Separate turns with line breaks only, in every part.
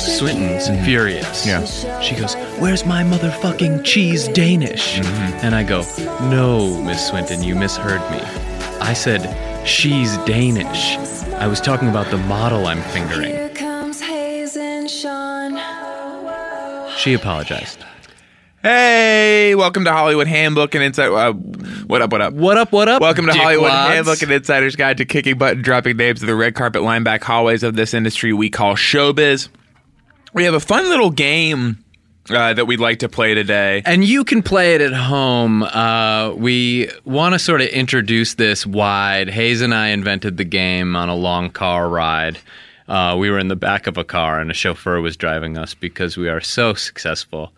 Swinton's furious.
Yeah.
She goes, Where's my motherfucking cheese Danish?
Mm-hmm.
And I go, No, Miss Swinton, you misheard me. I said, She's Danish. I was talking about the model I'm fingering.
Here comes Hayes and Sean.
She apologized.
Hey, welcome to Hollywood Handbook and Insight. Uh, what up? What up?
What up, what up?
Welcome to
dickwads?
Hollywood Handbook and Insider's Guide to Kicking Butt and Dropping Names of the Red Carpet Lineback Hallways of this industry we call showbiz. We have a fun little game uh, that we'd like to play today.
And you can play it at home. Uh, we want to sort of introduce this wide. Hayes and I invented the game on a long car ride. Uh, we were in the back of a car, and a chauffeur was driving us because we are so successful.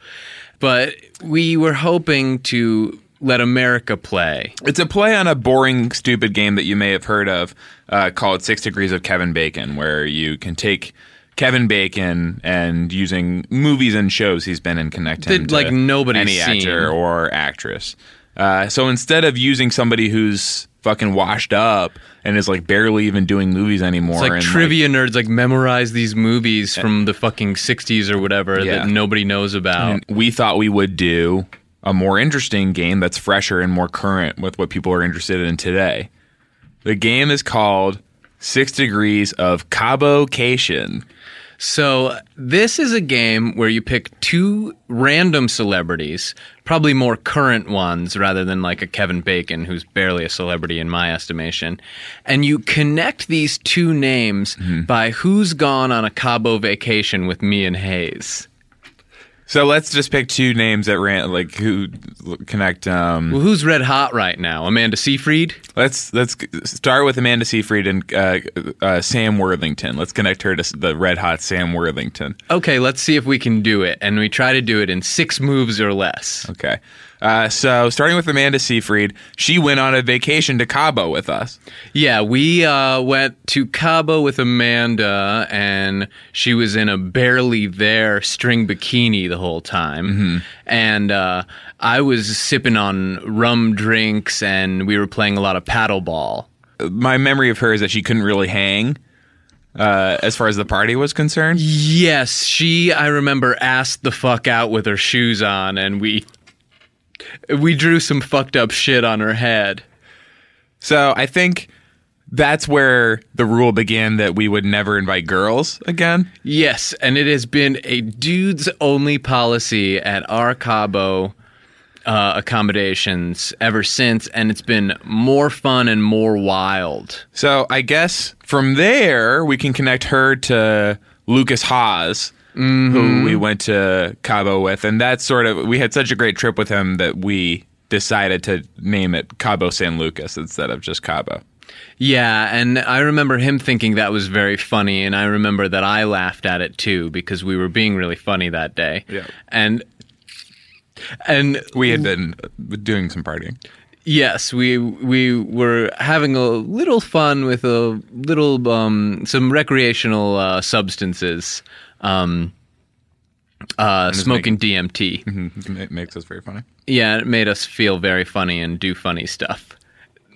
But we were hoping to let America play.
It's a play on a boring, stupid game that you may have heard of uh, called Six Degrees of Kevin Bacon, where you can take Kevin Bacon and using movies and shows he's been in connect him
That,
to
like, nobody's
any
seen.
actor or actress. Uh, so instead of using somebody who's fucking washed up and is like barely even doing movies anymore,
It's like
and,
trivia nerds like memorize these movies from the fucking 60s or whatever
Yeah.
that nobody knows about.
and we thought we would do a more interesting game that's fresher and more current with what people are interested in today. The game is called Six Degrees of Cabocation.
So this is a game where you pick two random celebrities, probably more current ones rather than like a Kevin Bacon who's barely a celebrity in my estimation, and you connect these two names by who's gone on a Cabo vacation with me and Hayes.
So let's just pick two names that ran like who connect. Um,
Well, who's red hot right now? Amanda Seyfried?
let's let's start with Amanda Seyfried and uh, uh, Sam Worthington. Let's connect her to the red hot Sam Worthington.
Okay, let's see if we can do it and we try to do it in 6 moves or less.
Okay. Uh, so starting with Amanda Seyfried, she went on a vacation to Cabo with us.
Yeah, we uh, went to Cabo with Amanda, and she was in a barely there string bikini the whole time. And uh, I was sipping on rum drinks, and we were playing a lot of paddle ball.
My memory of her is that she couldn't really hang. Uh, as far as the party was concerned,
Yes, she, I remember, asked the fuck out with her shoes on, and we. We drew some fucked up shit on her head.
so I think that's where the rule began that we would never invite girls again.
Yes, and it has been a dudes only policy at our Cabo uh, accommodations ever since, and it's been more fun and more wild.
So I guess from there we can connect her to Lucas Haas, who we went to Cabo with, and that's sort of we had such a great trip with him that we decided to name it Cabo San Lucas instead of just Cabo.
Yeah, and I remember him thinking that was very funny, and I remember that I laughed at it too because we were being really funny that day.
Yeah.
and and
We had been doing some partying.
Yes, we we were having a little fun with a little um, some recreational uh, substances, um, uh, smoking DMT.
It makes us very funny.
yeah, it made us feel very funny and do funny stuff.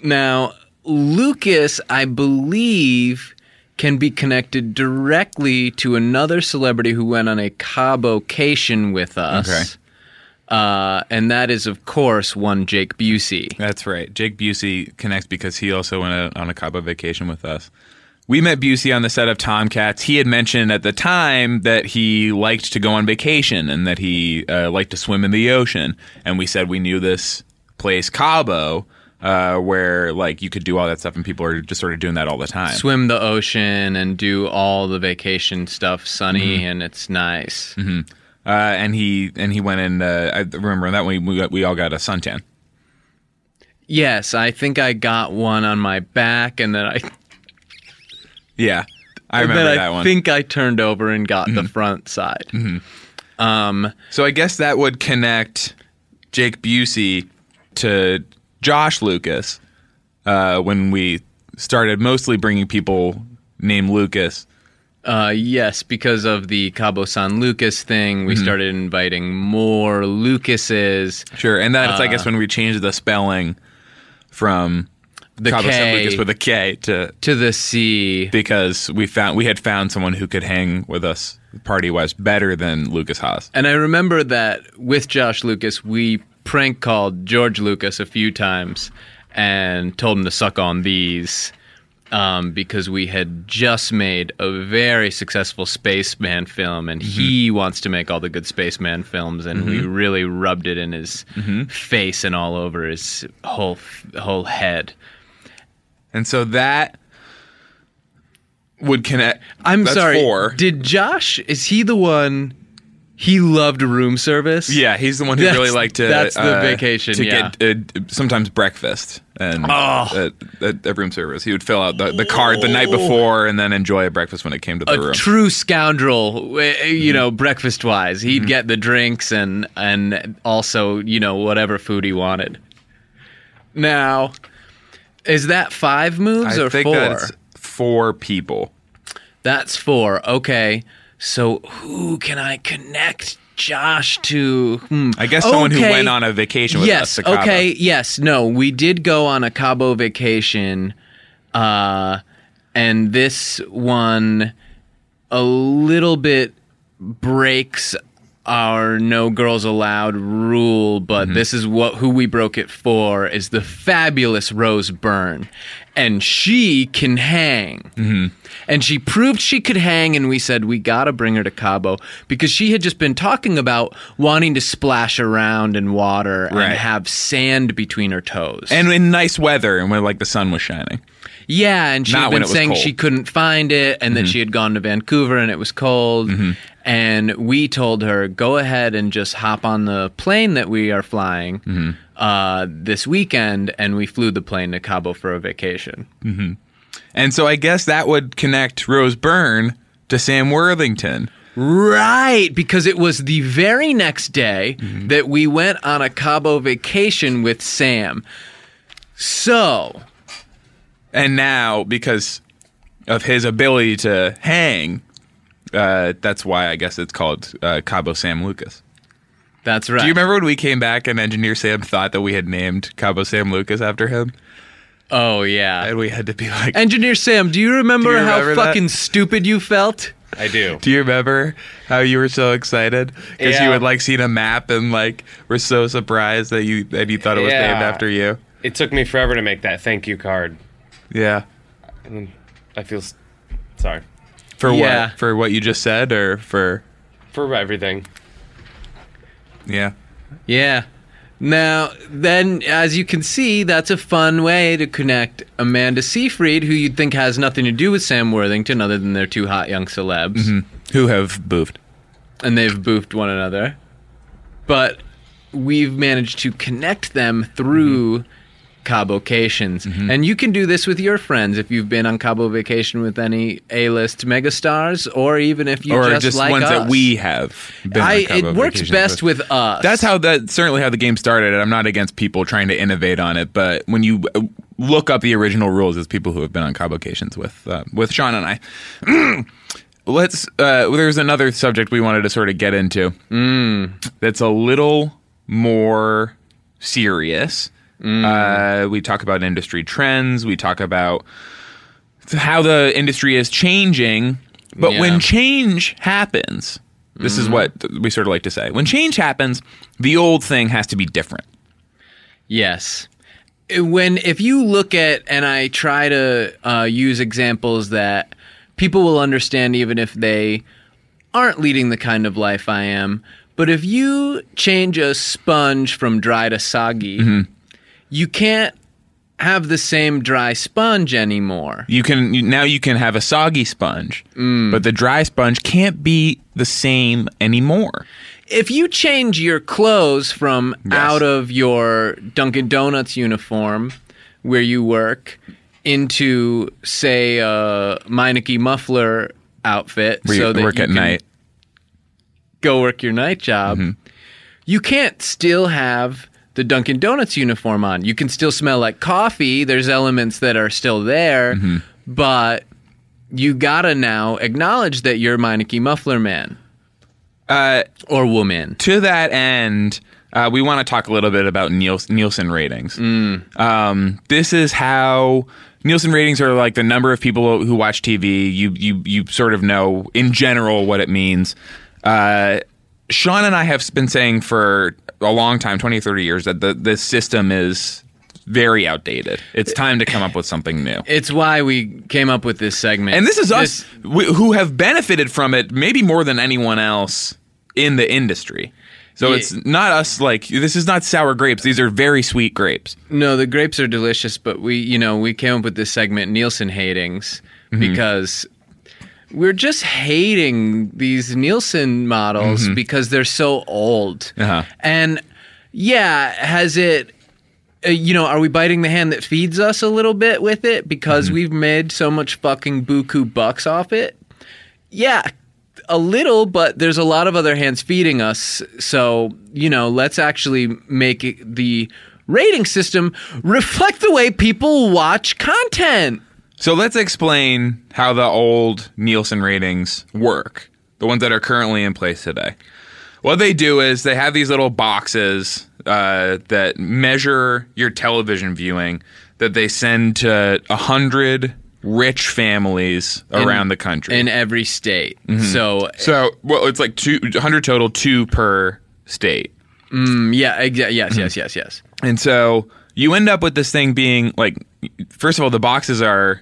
Now, Lucas, I believe, can be connected directly to another celebrity who went on a cabocation with us.
Okay.
Uh, and that is, of course, one Jake Busey.
That's right. Jake Busey connects because he also went out on a Cabo vacation with us. We met Busey on the set of Tomcats. He had mentioned at the time that he liked to go on vacation and that he uh, liked to swim in the ocean. And we said we knew this place, Cabo, uh, where like you could do all that stuff, and people are just sort of doing that all the time.
swim the
Mm-hmm.
ocean and do all the vacation stuff sunny and it's nice.
uh, and he and he went and uh, I remember that we we, got, we all got a suntan.
Yes, I think I got one on my back, and then I
Yeah, I
and
remember
then I
that one. Mm-hmm.
think I turned over and got the front side.
so I guess that would connect Jake Busey to Josh Lucas uh, when we started mostly bringing people named Lucas.
Uh, yes, because of the Cabo San Lucas thing,
Mm-hmm.
we started inviting more Lucases.
Sure, and that's I
Uh,
guess when we changed the spelling from
The
Cabo San
K
Lucas with a K to
to the C.
because we found we had found someone who could hang with us party wise better than Lucas Haas.
And I remember that with Josh Lucas, we prank called George Lucas a few times and told him to suck on these um, because we had just made a very successful Spaceman film and he wants to make all the good Spaceman films and we really rubbed it in his face and all over his whole whole head.
And so that would connect.
I'm
that's
sorry.
Four.
Did Josh? Is he the one? He loved room service.
yeah, he's the one who
That's-
really liked to.
that's the
uh,
vacation,
To
yeah. Oh.
get uh, sometimes breakfast and at, at, at room service, he would fill out the, the card the night before and then enjoy a breakfast when it came to the
a
room. Mm-hmm.
true scoundrel, eh, eh, you know, breakfast wise. He'd get the drinks and and also you know whatever food he wanted. Now, is that five moves
I
or
think
four?
that's four people.
That's four. Okay, so who can I connect Josh to? Hmm.
I guess someone who
Okay.
went on a vacation with us.
yes
to Cabo.
okay yes no we did go on a cabo vacation uh and this one a little bit breaks our no girls allowed rule but
Mm-hmm.
this is what who we broke it for is the fabulous rose byrne and she can hang
Mm-hmm.
and she proved she could hang and we said we gotta bring her to cabo because she had just been talking about wanting to splash around in water
Right.
and have sand between her toes
And in nice weather, and when like the sun was shining.
yeah, and she
Not
had
when
been
it was
saying
cold. Mm-hmm.
she couldn't find it and that she had gone to Vancouver and it was cold. And we told her, go ahead and just hop on the plane that we are flying
Mm-hmm.
uh, this weekend. And we flew the plane to Cabo for a vacation.
And so I guess that would connect Rose Byrne to Sam Worthington.
Right, because it was the very next day
Mm-hmm.
that we went on a Cabo vacation with Sam. So,
And now, because of his ability to hang, uh, that's why I guess it's called uh, Cabo Sam Lucas.
that's right.
Do you remember when we came back and Engineer Sam thought that we had named Cabo Sam Lucas after him?
Oh, yeah.
And we had to be like,
Engineer Sam, do you remember,
remember
how
that?
fucking stupid you felt?
I do.
Do you remember how you were so excited because
Yeah.
you had like seen a map and like were so surprised that you that you thought it was
Yeah.
named after you?
It took me forever to make that thank you card.
Yeah.
I feel s- sorry
For
Yeah.
what? For what you just said, or for
for everything.
yeah.
Yeah. Now, then, as you can see, that's a fun way to connect Amanda Seyfried, who you'd think has nothing to do with Sam Worthington other than they're two hot young celebs,
Who have boofed?
and they've boofed one another. But we've managed to connect them through
Mm-hmm.
Cabo Cabocations. And you can do this with your friends if you've been on Cabo vacation with any A-list megastars, or even if you
or
just,
just,
like
ones
us.
that we have. Been on
I,
Cabo
it works
vacations
best with us.
That's how that certainly how the game started. And I'm not against people trying to innovate on it, but when you uh, look up the original rules, it's people who have been on convocations with uh, with Sean and I. Let's. Uh, there's another subject we wanted to sort of get into that's a little more serious.
Mm.
Uh, we talk about industry trends. We talk about how the industry is changing. But
Yeah. Mm-hmm.
when change happens, this is what we sort of like to say. When change happens, the old thing has to be different.
Yes. When if you look at and I try to uh, use examples that people will understand even if they aren't leading the kind of life I am, but if you change a sponge from dry to soggy, you can't have the same dry sponge anymore.
You can you, now you can have
Mm.
a soggy sponge, but the dry sponge can't be the same anymore.
if you change your clothes from out of your Dunkin' Donuts uniform where you work into, say, a Meineke muffler outfit,
Where you
so that
work
you
at
can
night. Mm-hmm.
go work your night job, you can't still have the Dunkin' Donuts uniform on. You can still smell like coffee. There's elements that are still there,
Mm-hmm.
but you gotta now acknowledge that you're Meineke muffler man
Uh,
or woman.
to that end, uh, we want to talk a little bit about Niels- Nielsen ratings. Um, this is how Nielsen ratings are like the number of people who watch TV. You you you sort of know in general what it means. Uh, Sean and I have been saying for a long time 20 30 years that the this system is very outdated. It's time to come up with something new.
It's why we came up with this segment.
And this is us w who have benefited from it maybe more than anyone else in the industry. So
Yeah.
it's not us like this is not sour grapes. These are very sweet grapes.
No, the grapes are delicious, but we, you know, we came up with this segment Nielsen hatings
Mm-hmm.
because we're just hating these Nielsen models because they're so old.
Mm-hmm. Uh-huh.
And yeah, has it uh, you know, are we biting the hand that feeds us a little bit with it because
Mm-hmm.
we've made so much fucking buku bucks off it? Yeah, a little, but there's a lot of other hands feeding us. So, you know, let's actually make it the rating system reflect the way people watch content.
So let's explain how the old Nielsen ratings work, the ones that are currently in place today. What they do is they have these little boxes uh, that measure your television viewing that they send to 100 rich families around the country.
in every state. So,
So, well, it's like two hundred total, two per state.
mm, yeah, exa- yes, yes, yes, yes.
And so you end up with this thing being like, first of all, the boxes are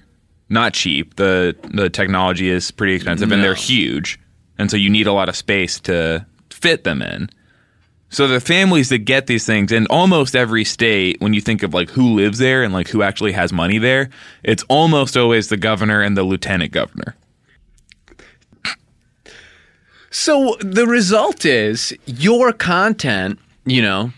not cheap. The the technology is pretty expensive, and they're huge, and so you need a lot of space to fit them in. So the families that get these things in almost every state, when you think of like who lives there and like who actually has money there, it's almost always the governor and the lieutenant governor.
So the result is your content, you know,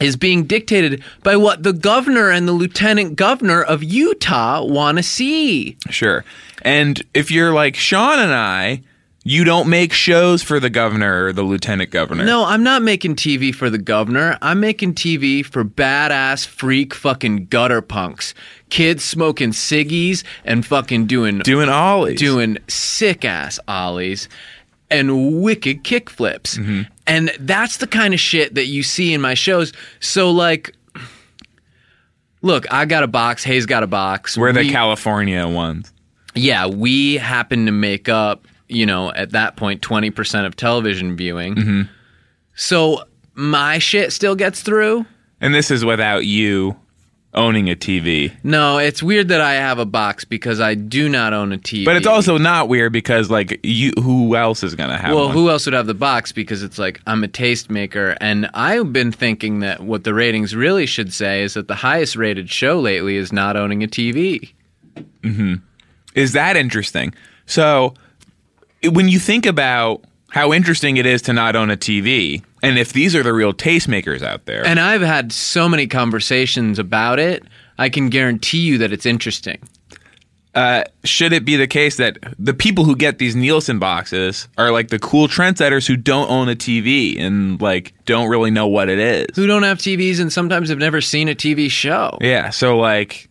is being dictated by what the governor and the lieutenant governor of Utah want to see.
Sure. And if you're like Sean and I, you don't make shows for the governor or the lieutenant governor.
No, I'm not making TV for the governor. I'm making TV for badass freak fucking gutter punks. Kids smoking ciggies and fucking doing
Doing ollies.
doing sick ass ollies and wicked kick flips. And that's the kind of shit that you see in my shows. So like look, I got a box, Hayes got a box.
We're the
We-
California ones.
yeah, we happen to make up, you know, at that point, 20% of television viewing.
Mm-hmm.
So my shit still gets through.
And this is without you owning a TV.
No, it's weird that I have a box because I do not own a TV.
But it's also not weird because like you who else is gonna have
Well,
one?
who else would have the box? Because it's like I'm a tastemaker, and I've been thinking that what the ratings really should say is that the highest rated show lately is not owning a TV.
is that interesting? So it- when you think about how interesting it is to not own a TV, and if these are the real tastemakers out there,
And I've had so many conversations about it. I can guarantee you that it's interesting.
should it be the case that the people who get these Nielsen boxes are like the cool trendsetters who don't own a TV and like don't really know what it is?
Who don't have TVs and sometimes have never seen a TV show.
Yeah, so like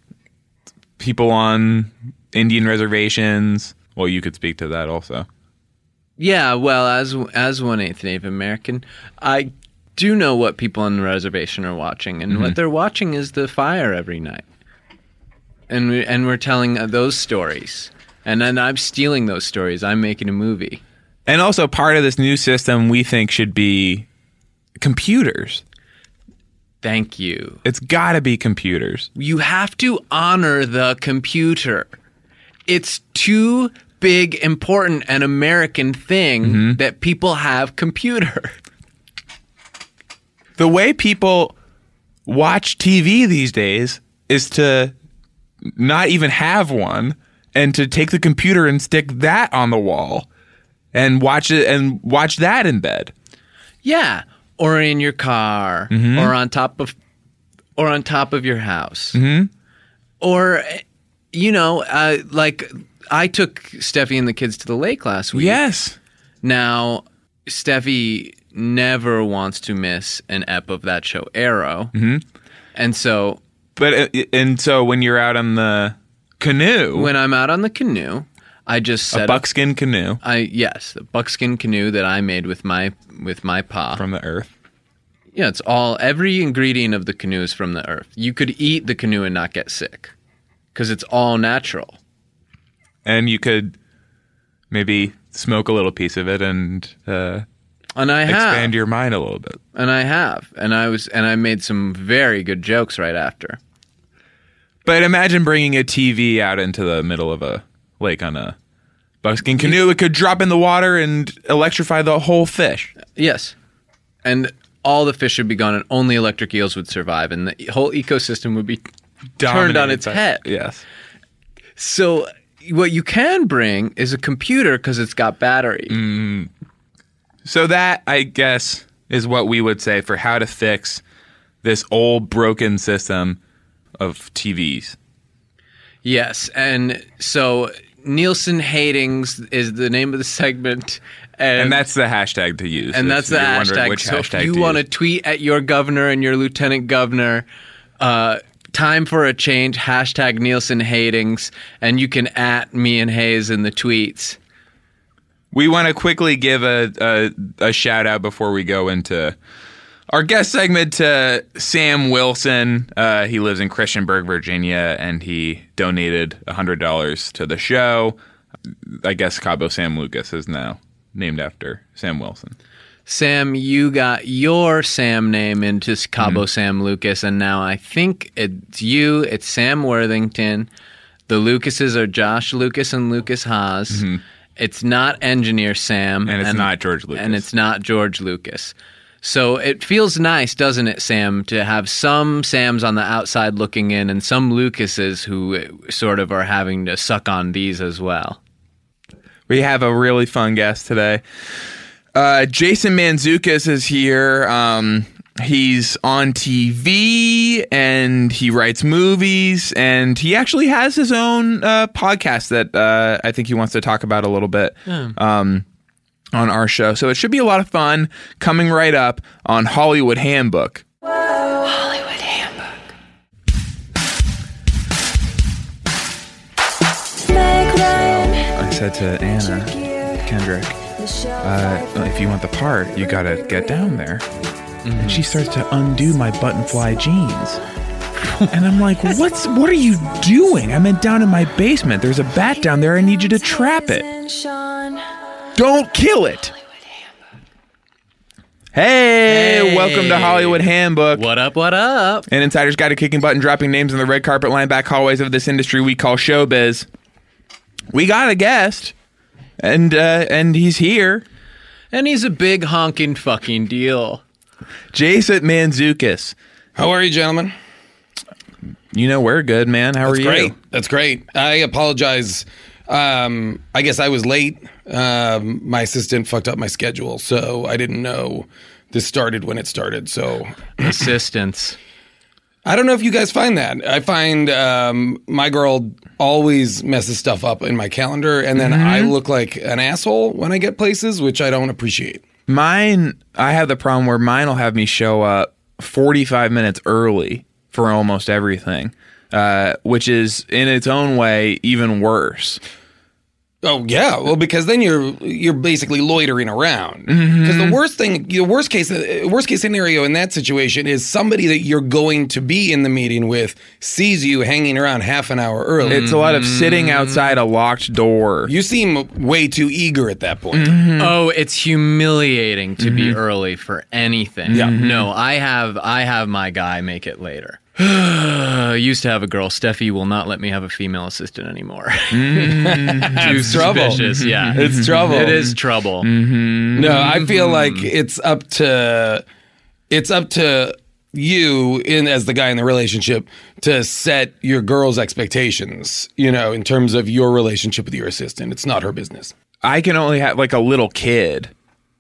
people on Indian reservations. Well, you could speak to that also.
Yeah, well, as as one eighth Native American, I do know what people on the reservation are watching, and what they're watching is the fire every night, and we, and we're telling uh, those stories, and then I'm stealing those stories. I'm making a movie.
And also part of this new system we think should be computers.
Thank you.
It's got to be computers.
You have to honor the computer. It's too big, important, an American thing that people have computer.
the way people watch TV these days is to not even have one and to take the computer and stick that on the wall and watch it and watch that in bed.
Yeah, or in your car, or on top of, or on top of your house, or you know, uh, like I took Steffi and the kids to the lake last week.
Yes.
Now, Steffi never wants to miss an ep of that show Arrow, mm-hmm. and so
But uh, and so when you're out on the canoe,
when I'm out on the canoe, I just set
a
up-
buckskin canoe
I yes, the buckskin canoe that I made with my with my pa.
from the earth.
Yeah, it's all every ingredient of the canoe is from the earth. You could eat the canoe and not get sick because it's all natural.
and you could maybe smoke a little piece of it and uh,
And I have,
expand your mind a little bit.
and I have, and I was, and I made some very good jokes right after.
But imagine bringing a TV out into the middle of a lake on a buckskin canoe. It could drop in the water and electrify the whole fish.
Yes, and all the fish would be gone, and only electric eels would survive, and the whole ecosystem would be turned on
Dominated
its
by-
head.
Yes.
So what you can bring is a computer because it's got battery.
Mm. So that I guess is what we would say for how to fix this old broken system of TVs.
Yes, and so Nielsen Hatings is the name of the segment, and,
And that's the hashtag to use.
and
if
that's the
you're wondering
hashtag.
Which
so
hashtag
if you
to
want to
use.
tweet at your governor and your lieutenant governor, uh, time for a change hashtag Nielsen Hatings, and you can at me and Hayes in the tweets.
We want to quickly give a, a a shout out before we go into our guest segment to Sam Wilson. Uh, he lives in Christianburg, Virginia, and he donated hundred dollars to the show. I guess Cabo Sam Lucas is now named after Sam Wilson.
Sam, you got your Sam name into
Mm-hmm.
Cabo Sam Lucas, and now I think it's you, it's Sam Worthington. The Lucases are Josh Lucas and Lucas Haas. It's not Engineer Sam.
Mm-hmm. And it's not George Lucas.
And it's not George Lucas. So it feels nice, doesn't it, Sam, to have some Sams on the outside looking in and some Lucases who eh, sort of are having to suck on these as well.
We have a really fun guest today. Uh, Jason Manzukis is here. Um, he's on TV and he writes movies, and he actually has his own uh, podcast that uh, I think he wants to talk about a little bit um, on our show. So it should be a lot of fun coming right up on Hollywood Handbook.
Hollywood Handbook. Meg Ryan.
I said to Anna Kendrick,
Michelle
uh, if you want the part, you gotta get down there. And she starts to undo my button fly jeans. And I'm like, what's what are you doing? I'm in down in my basement. There's a bat down there. I need you to trap it.
and Sean.
Don't kill it. Hey, welcome to Hollywood Handbook.
What up, what up?
An insider's guide to kicking butt and dropping names on the red carpet line back hallways of this industry we call showbiz. We got a guest, and uh, and he's here.
And he's a big honking fucking deal.
Jason Manzukis.
How are you, gentlemen?
You know we're good, man. How are
That's
you?
great. That's great. I apologize. Um, I guess I was late. Um, my assistant fucked up my schedule, so I didn't know this started when it started. So
Assistance.
I don't know if you guys find that. I find um, my girl always messes stuff up in my calendar, and then I look like an asshole when I get places, which I don't appreciate.
Mine. I have the problem where mine will have me show up 45 minutes early for almost everything, uh, which is in its own way even worse.
Oh yeah, well because then you're you're basically loitering around. Because
Mm-hmm.
the worst thing, the worst case, uh, worst case scenario in that situation is somebody that you're going to be in the meeting with sees you hanging around half an hour early.
Mm-hmm.
It's a lot
Mm-hmm.
of sitting outside a locked door.
you seem way too eager at that point.
Oh, it's humiliating to be early for anything. Mm-hmm. Yeah. Mm-hmm. No, I have I have my guy make it later. I used to have a girl. Steffi will not let me have a female assistant anymore. Too
trouble.
suspicious. Yeah,
It's trouble.
Mm-hmm. It is trouble.
No,
Mm-hmm.
I feel like it's up to it's up to you in as the guy in the relationship to set your girl's expectations, you know, in terms of your relationship with your assistant. It's not her business.
I can only have like a little kid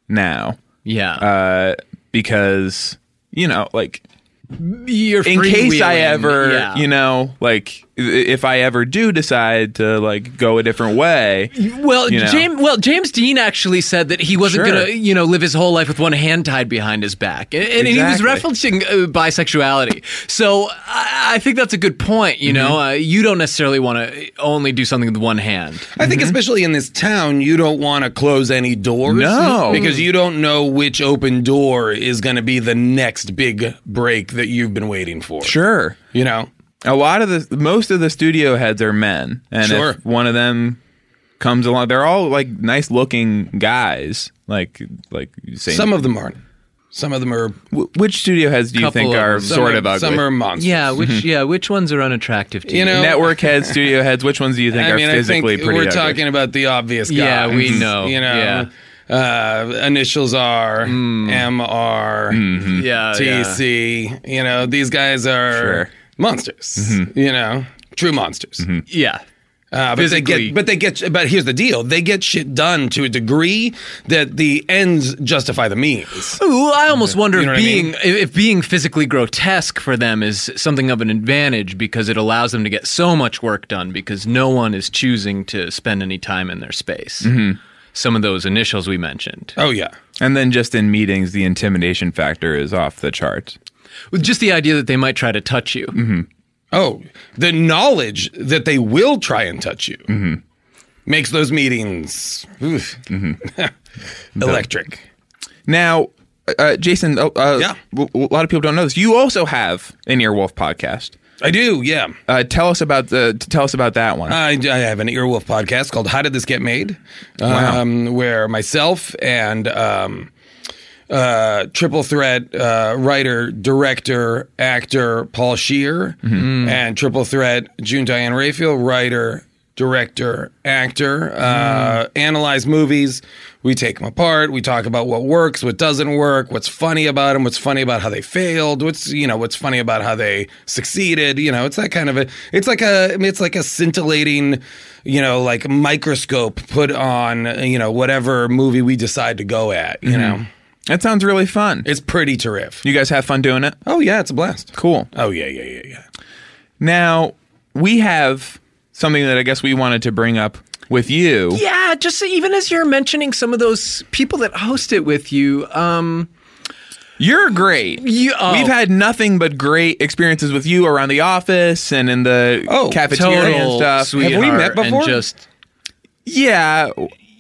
now.
Yeah.
uh, because you know, like
You're
in case I
freewheeling,
ever,
yeah.
you know, like i- if I ever do decide to like go a different way,
Well,
you know.
James. Well, James Dean actually said that he wasn't
Sure.
going to, you know, live his whole life with one hand tied behind his back, and, and he was referencing uh, bisexuality. So I, I think that's a good point. You know, uh, you don't necessarily want to only do something with one hand.
I
Mm-hmm.
think especially in this town, you don't want to close any doors.
No.
Because you don't know which open door is going to be the next big break that you've been waiting for.
sure.
You know?
A lot of the most of the studio heads are men, and
Sure.
if one of them comes along, they're all like nice looking guys, like like same.
Some of them aren't. Some of them are.
Wh- which studio heads do you
Couple
think
of
are
them.
Some
sort
are,
of ugly?
Some are monsters.
Yeah, which yeah, which ones are unattractive to you?
You know,
Network heads, studio heads. Which ones do you think
I mean,
are
I think
physically pretty?
we're
ugly?
talking about the obvious guys. Mm-hmm.
Yeah, we know.
You know, uh, initials are
Mm.
MR,
Mm-hmm.
yeah,
TC. You know, these guys are
Oh, Sure. Mm-hmm.
monsters. You know, true monsters.
yeah, yeah.
Uh, but they
Physically-
get, but they get, but here's the deal: they get shit done to a degree that the ends justify the means.
Ooh, I almost wonder
know
if
what I
being if if being physically grotesque for them is something of an advantage because it allows them to get so much work done because no one is choosing to spend any time in their space.
Mm-hmm.
Some of those initials we mentioned,
Oh yeah,
And then just in meetings, the intimidation factor is off the charts.
With just the idea that they might try to touch you.
Mm-hmm.
oh the knowledge that they will try and touch you
Mm-hmm.
makes those meetings oof, electric.
Now, uh, Jason, uh, uh,
Yeah.
w- w- a lot of people don't know this. You also have an Earwolf podcast.
I do, yeah.
Uh, tell us about the t- tell us about that one.
Uh,
I, I have an Earwolf podcast called How Did This Get Made?
Wow.
Um, where myself and um, uh, triple threat uh, writer, director, actor Paul Shear, and triple threat June Diane Raphael, writer, director, actor, uh, analyze movies. We take them apart. We talk about what works, what doesn't work, what's funny about them, what's funny about how they failed, what's you know what's funny about how they succeeded. You know, it's that kind of a. It's like a. It's like a scintillating, you know, like microscope put on you know whatever movie we decide to go at. You know,
that sounds really fun.
it's pretty terrific.
you guys have fun doing it.
Oh yeah, it's a blast.
Cool.
Oh yeah, yeah, yeah, yeah.
Now we have something that I guess we wanted to bring up with you.
Yeah, just so- even as you're mentioning some of those people that host it with you, um,
You're great.
You- oh.
We've had nothing but great experiences with you around the office and in the
Oh,
cafeteria and
total
stuff.
sweetheart,
have we met before?
and just
yeah.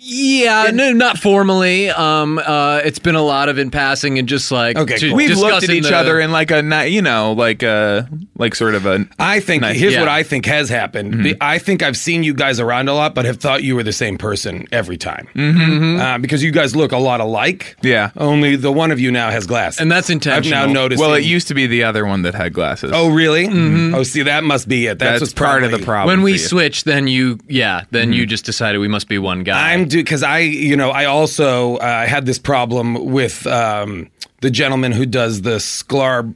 Yeah, no, not formally. Um, uh, it's been a lot of in passing and just like
Okay,
to-
cool.
We've looked at
discussing
each
the-
other in like a ni- you know like a like sort of a
I think
Nice.
here's
Yeah.
what I think has happened. Be- I think I've seen you guys around a lot, but have thought you were the same person every time mm-hmm. uh, because you guys look a lot alike.
Yeah.
Only the one of you now has glasses,
And that's
I've
intentional.
now noticed.
well, it used to be the other one that had glasses.
Oh, really? Oh, see, that must be it. That's,
that's
what's
part of the
probably-
problem.
When we
for you.
switched, then you, yeah, then you just decided we must be one guy.
Mm-hmm. I'm do because I, you know, I also uh, had this problem with um, the gentleman who does the Sklar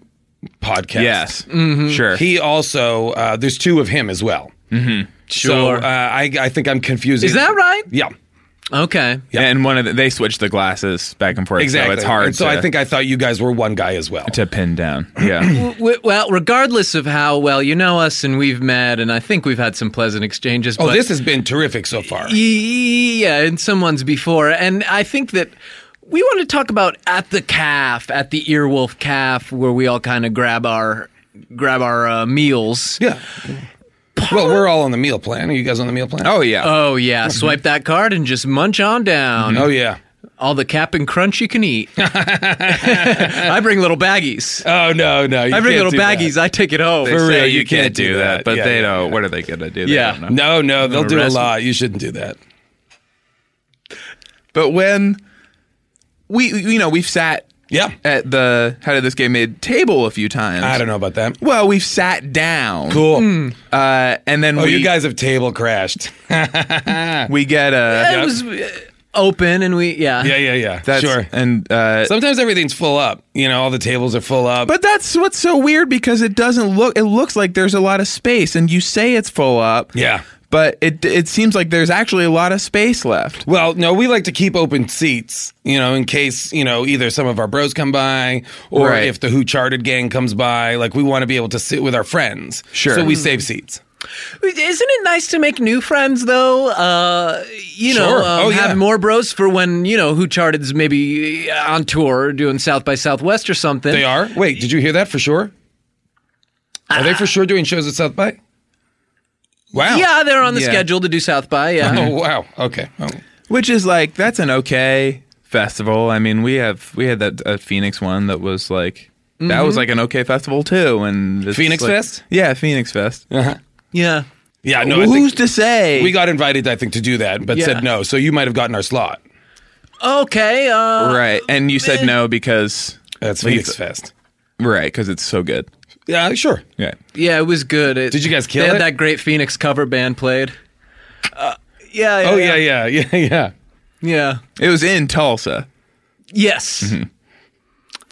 podcast.
yes, sure.
Mm-hmm. He also, uh, there's two of him as well. Mm-hmm.
Sure.
So uh, I, I think I'm confusing.
Is that right?
Yeah.
Okay.
And one of the, they switched the glasses back and forth.
Exactly.
So it's hard.
And so
to,
I think I thought you guys were one guy as well.
to pin down. Yeah.
W- Well, regardless of how well you know us and we've met, and I think we've had some pleasant exchanges.
Oh,
but
this has been terrific so far.
Yeah, and some ones before. And I think that we want to talk about at the calf, at the earwolf calf, where we all kind of grab our grab our uh, meals.
Yeah. Well, we're all on the meal plan. Are you guys on the meal plan?
oh yeah.
Oh yeah,
Mm-hmm.
swipe that card and just munch on down.
oh yeah.
All the cap and crunch you can eat. I bring little baggies.
Oh no, no.
I bring little baggies. I take it home.
They
For
say
real,
you can't, do that. But
Yeah,
they
yeah,
don't. What are they gonna do? They
Yeah.
don't know.
No, no, they'll do a
Arrest me.
lot. You shouldn't do that.
But when we, we- you know, we've sat
Yeah.
at the how did this game made table a few times.
I don't know about that. Hmm.
Well, we've sat down.
Cool.
Uh, and then
Oh,
we
you guys have table crashed.
we get a
It was uh, open, and we yeah.
yeah, yeah, yeah.
that's
sure.
and uh,
Sometimes everything's full up. You know, all the tables are full up.
But that's what's so weird because it doesn't look. It looks like there's a lot of space, and you say it's full up.
Yeah.
But it it seems like there's actually a lot of space left.
Well, no, we like to keep open seats, you know, in case, you know, either some of our bros come by or
Right.
if the Who Charted gang comes by. Like, we want to be able to sit with our friends.
Sure.
So we save seats.
Isn't it nice to make new friends though? Uh, you know,
Sure.
um,
Oh,
have
yeah.
more bros for when you know who charted's maybe on tour doing South by Southwest or something.
They are? Wait, did you hear that for sure? Are they for sure doing shows at South by? Wow.
Yeah, they're on the
Yeah.
schedule to do South by. Yeah.
Oh, wow. Okay. Oh.
Which is like that's an okay festival. I mean, we have we had that uh, Phoenix one that was like that was like an okay festival too. And it's
Phoenix
like-
Fest?
yeah, Phoenix Fest.
Yeah.
Yeah, no, I
Who's
think
to say?
we got invited, I think, to do that, but
Yeah.
said no. So you might have gotten our slot.
Okay. Uh,
right, and you said no because
That's
Like,
Phoenix
it's-
Fest.
right because it's so good.
Yeah, sure.
Yeah.
Yeah, it was good. It-
Did you guys kill
They had
it?
that great Phoenix cover band played. Uh, yeah, yeah.
Oh, yeah, yeah, yeah, yeah.
Yeah.
It was in Tulsa.
Yes. Mm-hmm.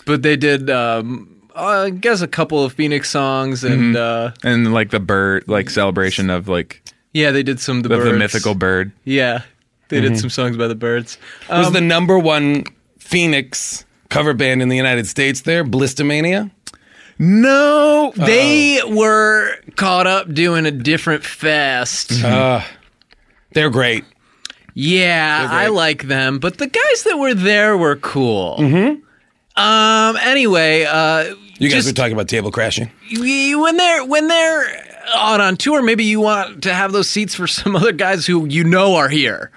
But they did, um, I guess, a couple of Phoenix songs, and uh,
And like the bird, like celebration of like
yeah, they did some of the Mm-hmm.
of the
Birds.
mythical bird.
Yeah, they did some songs by the Birds.
was
Um,
the number one Phoenix cover band in the United States there, Blistomania.
No, they were caught up doing a different fest.
They're great.
Yeah, I like them, but the guys that were there were cool. Mm-hmm. Um. Anyway, uh,
You guys
Just-
were talking about table crashing.
we- when they're when they're out on tour, maybe you want to have those seats for some other guys who you know are here.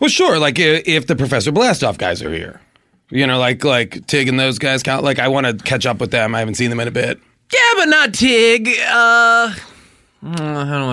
Well, sure. Like i- if the Professor Blastoff guys are here, you know, like like Tig and those guys count. Like I want to catch up with them. I haven't seen them in a bit.
Yeah, but not Tig. Uh, mm, how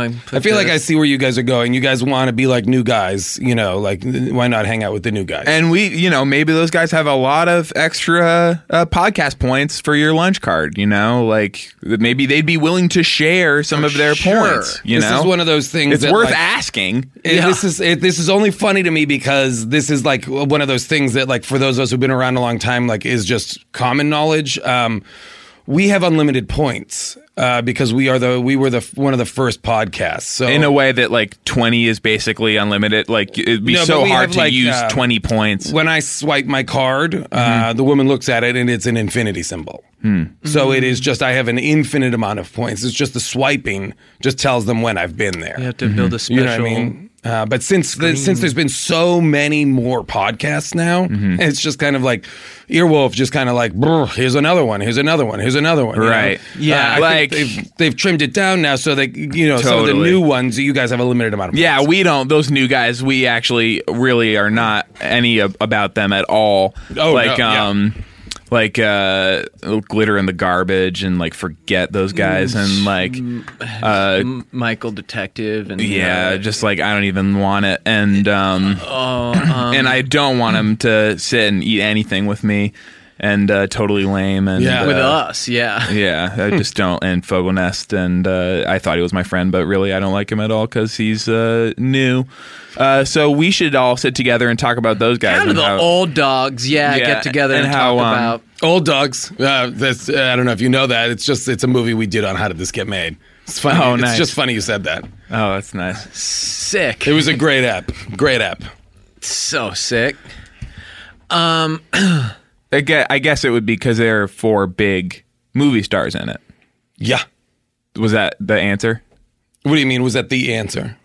do I? Put
I feel like I
this?
see where you guys are going. You guys want to be like new guys, you know? Like why not hang out with the new guys?
And we, you know, maybe those guys have a lot of extra uh, podcast points for your lunch card. You know, like th- maybe they'd be willing to share some of their
sure.
points. You
this
know,
is one of those things.
it's
that,
worth
like,
asking.
It- This is it, this is only funny to me because this is like one of those things that like for those of us who've been around a long time like is just common knowledge. Um, we have unlimited points uh, because we are the we were the one of the first podcasts. So
in a way that like 20 is basically unlimited like it'd be
No,
so
but we
hard
have,
to
like,
use
uh,
20 points
when I swipe my card, uh,
Mm-hmm.
the woman looks at it and it's an infinity symbol.
Hmm.
So
Mm-hmm.
it is just I have an infinite amount of points. It's just the swiping just tells them when I've been there.
you have to build a special.
You know what I mean? Uh, but since the, since there's been so many more podcasts now, it's just kind of like Earwolf, just kind of like "Brr, here's another one, here's another one, here's another one. you know? Uh,
Right.
Yeah,
I think
like-
they've, they've trimmed it down now, so that you know some of the
Totally.
new ones you guys have a limited amount of.
yeah
points.
we don't those new guys we actually really are not any ab- about them at all
Oh,
like
no, yeah.
um like uh glitter in the garbage and like forget those guys and like
Mm,
uh
M- Michael Detective and
yeah
uh, oh,
just like i don't even want it and um
Uh-uh. uh,
and i don't want him to sit and eat anything with me and uh totally lame and
Yeah.
with
uh,
us. Yeah.
Yeah, I just don't. And Fogelnest, and uh, I thought he was my friend, but really I don't like him at all because he's uh, new. Uh, so we should all sit together and talk about those guys.
Kind of
and
the
how-
old dogs, yeah,
Yeah,
get together and,
and how,
talk
um,
about.
Old Dogs. Uh, that's uh, I don't know if you know that. It's just it's a movie we did on How Did This Get Made. It's funny.
Oh,
It's
nice.
just funny you said that.
oh, that's nice.
Sick.
It was a great app. Great app.
so sick.
I guess, I guess it would be because there are four big movie stars in it.
Yeah.
Was that the answer
What do you mean? Was that the answer?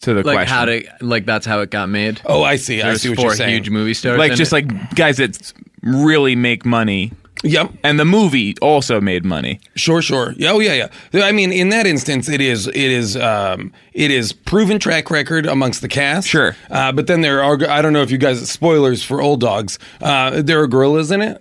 to the
Like
question?
how to like that's how it got made.
Oh, I see. I
There's
see what
four
you're saying.
huge movie stars.
like
in
just
it.
like guys that really make money,
Yep.
and the movie also made money.
Sure, sure. Yeah, oh, yeah, yeah. I mean, in that instance, it is, it is, um, it is proven track record amongst the cast.
Sure.
Uh, but then there are, I don't know if you guys, spoilers for old dogs. Uh, there are gorillas in it.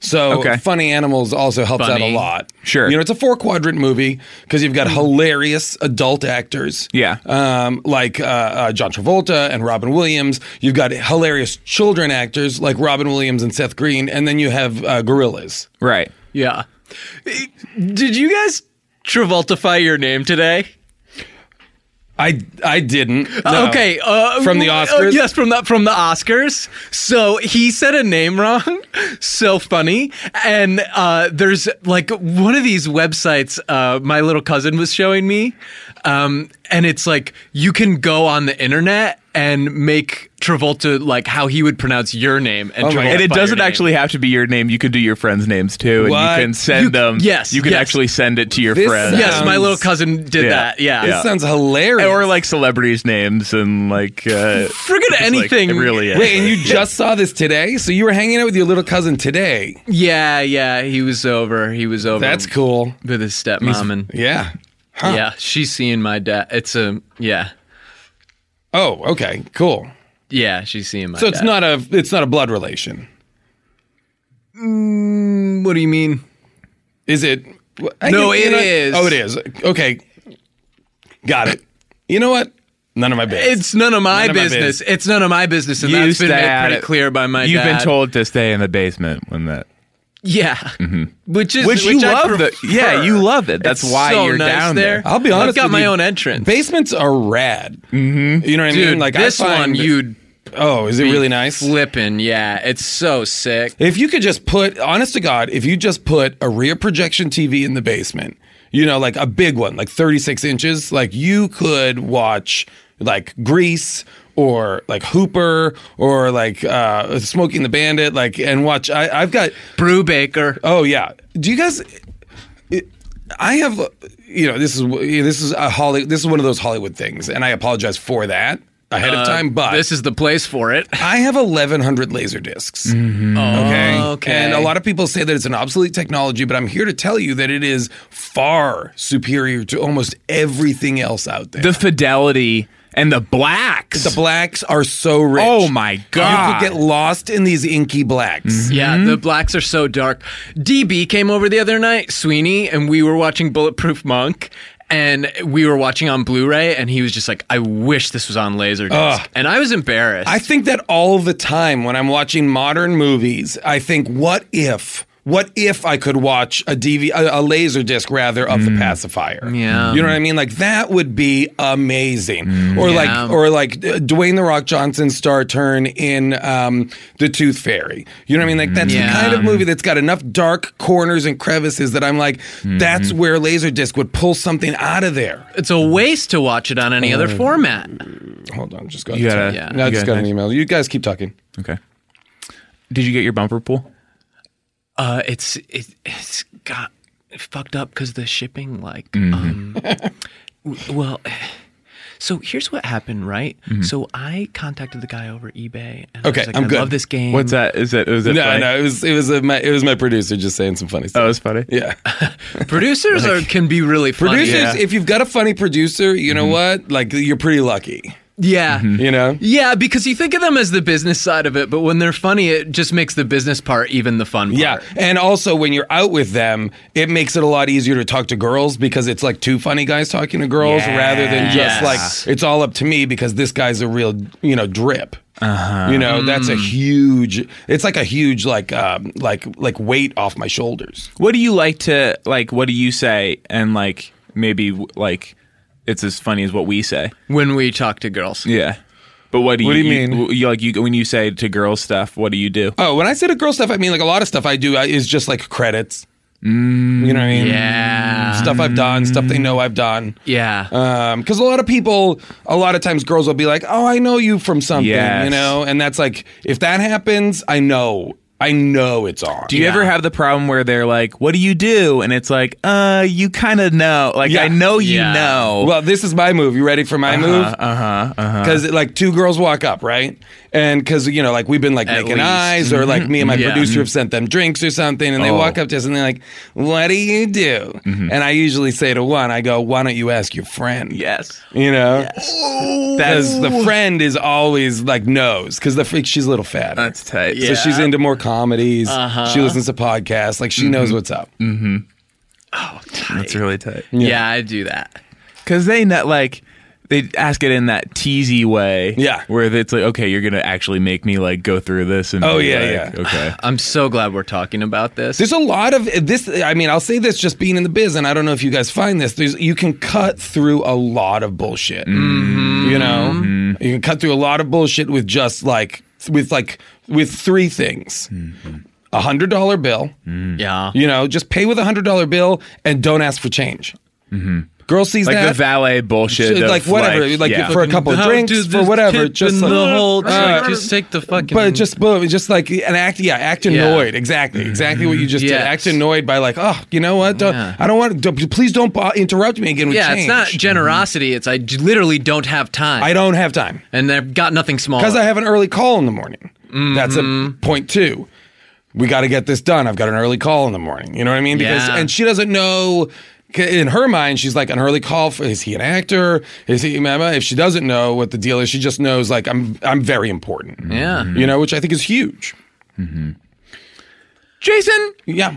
So
Okay.
funny animals also helps out
Funny.
a lot.
Sure. Hmm.
You know, it's a four quadrant movie because you've got hilarious adult actors.
Yeah.
Um, like uh, uh, John Travolta and Robin Williams. You've got hilarious children actors like Robin Williams and Seth Green, and then you have uh, gorillas.
Right.
yeah. Did you guys Travoltify your name today?
I I didn't. No.
Okay, uh,
From the
w-
Oscars?
yes, from the from the Oscars. So he said a name wrong. so funny. And uh, there's like one of these websites uh, my little cousin was showing me, um, and it's like you can go on the internet and make Travolta like how he would pronounce your name, and,
Oh my-
Travolta
And it
by your
doesn't
name.
actually have to be your name. You can do your friends' names too, and
What?
you can send
You-
them.
yes,
you can
yes.
actually send it to your
This
friends.
Yes, my
sounds-
little cousin did
Yeah.
that. Yeah.
This sounds hilarious.
or like celebrities' names and like uh,
Forget
it's like-
anything.
it really is.
Wait, and you just saw this today? So you were hanging out with your little cousin today?
Yeah, yeah. He was over. He was over.
That's cool.
With his stepmom and
Yeah. Huh.
Yeah, she's seeing my dad. It's a yeah,
Oh, okay, cool.
yeah. She's seeing my.
So it's not a it's not a blood relation,
What do you mean?
is it? I
No,
you
it
know-
is.
Oh, it is. Okay, got it. You know what? None of my business.
It's none of my
None of my
business. it's none of my business, and
You
that's been made
stay
pretty
out-
clear by my.
You've
dad.
been told to stay in the basement when that.
Yeah,
Mm-hmm.
which is
Which you
I
love the-
prefer.
yeah, you love it. That's
It's
why
so
you're
nice
down there.
I'll be honest
I've got
with
my
you.
own entrance.
Basements are rad. Mm-hmm. You know what I
Dude,
mean? Like
this
I find,
one, you'd
oh, is it
be
really nice?
Flipping, yeah. It's so sick.
If you could just put, honest to God, if you just put a rear projection TV in the basement, you know, like a big one, like 36 inches, like you could watch like Grease or like Hooper or like uh, Smoking the Bandit, like, and watch. I, I've got,
Brew Baker.
oh yeah. Do you guys, I have, you know, this is this is a Holly. This is one of those Hollywood things, and I apologize for that ahead of time. But
This is the place for it.
I have 1,100 laser discs. Okay.
Okay.
And a lot of people say that it's an obsolete technology, but I'm here to tell you that it is far superior to almost everything else out there.
The fidelity and the blacks.
The blacks are so rich.
Oh my God.
You could get lost in these inky blacks.
Yeah, the blacks are so dark. DB came over the other night, Sweeney, and we were watching Bulletproof Monk. And we were watching on Blu-ray, and he was just like, "I wish this was on Laserdisc," and I was embarrassed.
I think that all the time when I'm watching modern movies, I think, what if? What if I could watch a DV, a, a laser disc rather of
Mm.
the pacifier?
Yeah.
you know what I mean. Like that would be amazing.
Mm.
or like, or like uh, Dwayne the Rock Johnson's star turn in um, the Tooth Fairy. You know what I mean? Like that's
Yeah.
the kind of movie that's got enough dark corners and crevices that I'm like,
Mm-hmm.
that's where laser disc would pull something out of there.
it's a waste to watch it on any other
Oh.
format.
Hold on, just got.
You gotta-
Yeah.
I
you gotta-
just got an email. You guys keep talking.
Okay. Did you get your bumper pool?
Uh, it's it, it's got fucked up because the shipping, like,
Mm-hmm.
um, w- well. So here's what happened, right? So I contacted the guy over eBay, and I
Mm-hmm. Okay,
was like,
I'm
I
good.
love this game.
What's that? Is it? Was it?
No,
funny?
no, it was it was a, my it was my producer just saying some funny
That
stuff.
was funny.
yeah,
Producers are, can be really funny.
producers.
yeah.
If you've got a funny producer, you know what? Like you're pretty lucky.
Yeah.
You know.
Yeah, because you think of them as the business side of it, but when they're funny, it just makes the business part even the fun part.
Yeah, and also when you're out with them, it makes it a lot easier to talk to girls because it's like two funny guys talking to girls rather than just
Yes.
like it's all up to me because this guy's a real you know drip. You know that's a huge. It's like a huge like um, like like weight off my shoulders.
What do you like to like? What do you say? And like maybe like it's as funny as what we say.
When we talk to girls.
Yeah. But what do you,
What do you mean?
You, like you when you say to girls stuff? What do you do?
Oh, when I say to girl stuff, I mean like a lot of stuff I do I, is just like credits. Mm. you know what I mean?
Yeah.
Stuff I've done, stuff they know I've done.
Yeah.
Um, Because a lot of people, a lot of times girls will be like, oh, I know you from something, you
Yes.
know? And that's like, if that happens, I know. I know it's on.
Do you ever have the problem where they're like, "What do you do?" And it's like, "Uh, you kind of know. Like
Yeah.
I know you
Yeah.
know."
Well, this is my move. You ready for my move? Uh huh. Uh huh. Because like two girls walk up, right? And because you know, like we've been like
At
making
least.
eyes, or like me and my
Yeah.
producer have sent them drinks or something, and they walk up to us and they're like, "What do you do?" And I usually say to one, I go, "Why don't you ask your friend?"
yes.
You know,
That's
because the friend is always like knows because the freak she's a little fat.
that's tight.
So she's into more comedies. She listens to podcasts. Like she knows what's up.
That's really tight.
yeah, I do that.
Because they know, like, they ask it in that teasy way.
Yeah.
Where it's like, okay, you're gonna actually make me like go through this and
Oh,
be
yeah,
like,
yeah.
Okay.
I'm so glad we're talking about this.
There's a lot of this. I mean, I'll say this just being in the biz, and I don't know if you guys find this. There's you can cut through a lot of bullshit.
Mm-hmm.
You know, you can cut through a lot of bullshit with just like with like with three things:
Mm-hmm.
a hundred dollar bill.
yeah.
You know, just pay with a hundred dollar bill and don't ask for change. Girl sees
Mm-hmm. Like
that
the valet bullshit.
Shit,
of,
like, whatever, like,
yeah.
for a couple of
How
drinks,
do
for
this
whatever.
tip
Just
and
like,
the whole
Uh,
trick, just take the fucking.
But just boom, just like an act, yeah, act annoyed. Exactly, exactly what you just did.
Mm-hmm. Yes.
Act annoyed by like, oh, you know what? Don't,
Yeah.
I don't want. do please don't bo- interrupt me again with
yeah,
change. Mm-hmm.
it's not generosity. It's I j- literally don't have time.
I don't have time
and I've got nothing small.
because I have an early call in the morning. That's a
Mm-hmm.
point two. We got to get this done. I've got an early call in the morning. You know what I mean? Because
Yeah.
and she doesn't know. 'cause In her mind, she's like an early call. For, is he an actor? Is he? Mama? If she doesn't know what the deal is, she just knows like I'm. I'm very important.
Yeah.
You know, which I think is huge.
Jason,
Yeah.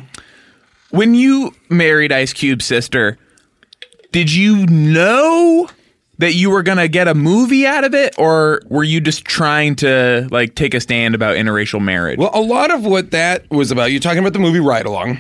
when you married Ice Cube's sister, did you know that you were gonna get a movie out of it, or were you just trying to like take a stand about interracial marriage?
Well, a lot of what that was about, you're talking about the movie Ride Along.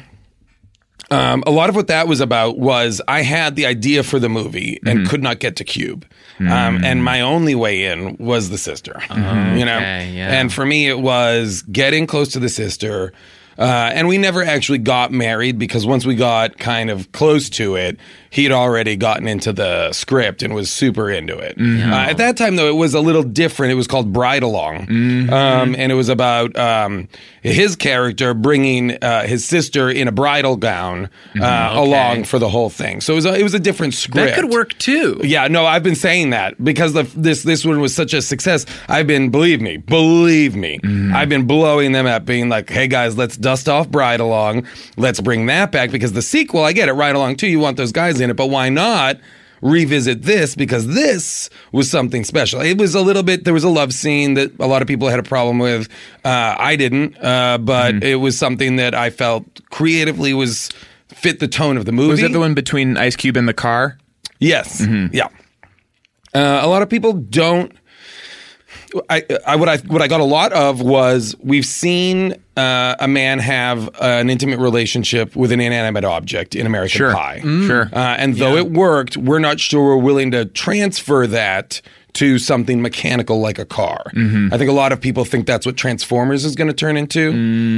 Um, a lot of what that was about was I had the idea for the movie and could not get to Cube. Um, and my only way in was the sister, you know?
yeah.
And for me, it was getting close to the sister. Uh, and we never actually got married because once we got kind of close to it, he'd already gotten into the script and was super into it.
Mm-hmm.
Uh, at that time, though, it was a little different. It was called Bride Along.
Mm-hmm.
Um, and it was about um, his character bringing uh, his sister in a bridal gown uh, along for the whole thing. So it was a, it was a different script.
Mm-hmm. that could work too.
Yeah, no, I've been saying that because the, this this one was such a success. I've been, believe me, believe me,
Mm-hmm.
I've been blowing them up, being like, "Hey guys, let's dust off Bride Along, let's bring that back because the sequel, I get it, Ride Along too. You want those guys in it, but why not?" Revisit this because this was something special. It was a little bit, there was a love scene that a lot of people had a problem with. Uh, I didn't, uh, but
Mm-hmm.
it was something that I felt creatively was fit the tone of the movie.
was that the one between Ice Cube and the car?
Yes.
Mm-hmm.
Yeah. Uh, a lot of people don't. I, I what I what I got a lot of was we've seen uh, a man have an intimate relationship with an inanimate object in American
Sure. Mm-hmm.
Pie.
Sure.
Uh, and though it worked, we're not sure we're willing to transfer that to something mechanical like a car.
Mm-hmm.
I think a lot of people think that's what Transformers is going to turn into.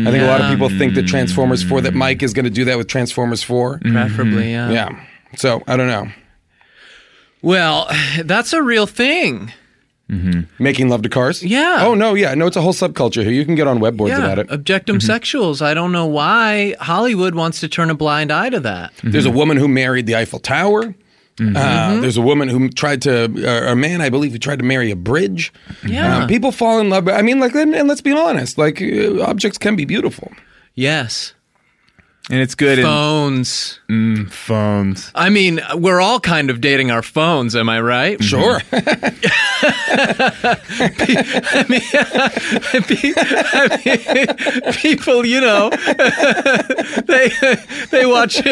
I think a lot of people think that Transformers 4 that Mike is going to do that with Transformers 4.
Mm-hmm.
Preferably, yeah.
Yeah. So, I don't know.
Well, that's a real thing.
Making love to cars?
Yeah.
Oh no, yeah. No, it's a whole subculture here. You can get on web boards
Yeah.
about it.
Objectum sexuals. I don't know why Hollywood wants to turn a blind eye to that.
There's a woman who married the Eiffel Tower.
Mm-hmm.
Uh, there's a woman who tried to, uh, or a man, I believe, who tried to marry a bridge.
Yeah.
Um, people fall in love. I mean, like, and, and let's be honest, like, uh, objects can be beautiful.
Yes.
And it's good. in
Phones.
phones.
I mean, we're all kind of dating our phones, am I right?
Sure.
I mean, I mean, people, you know, they they watch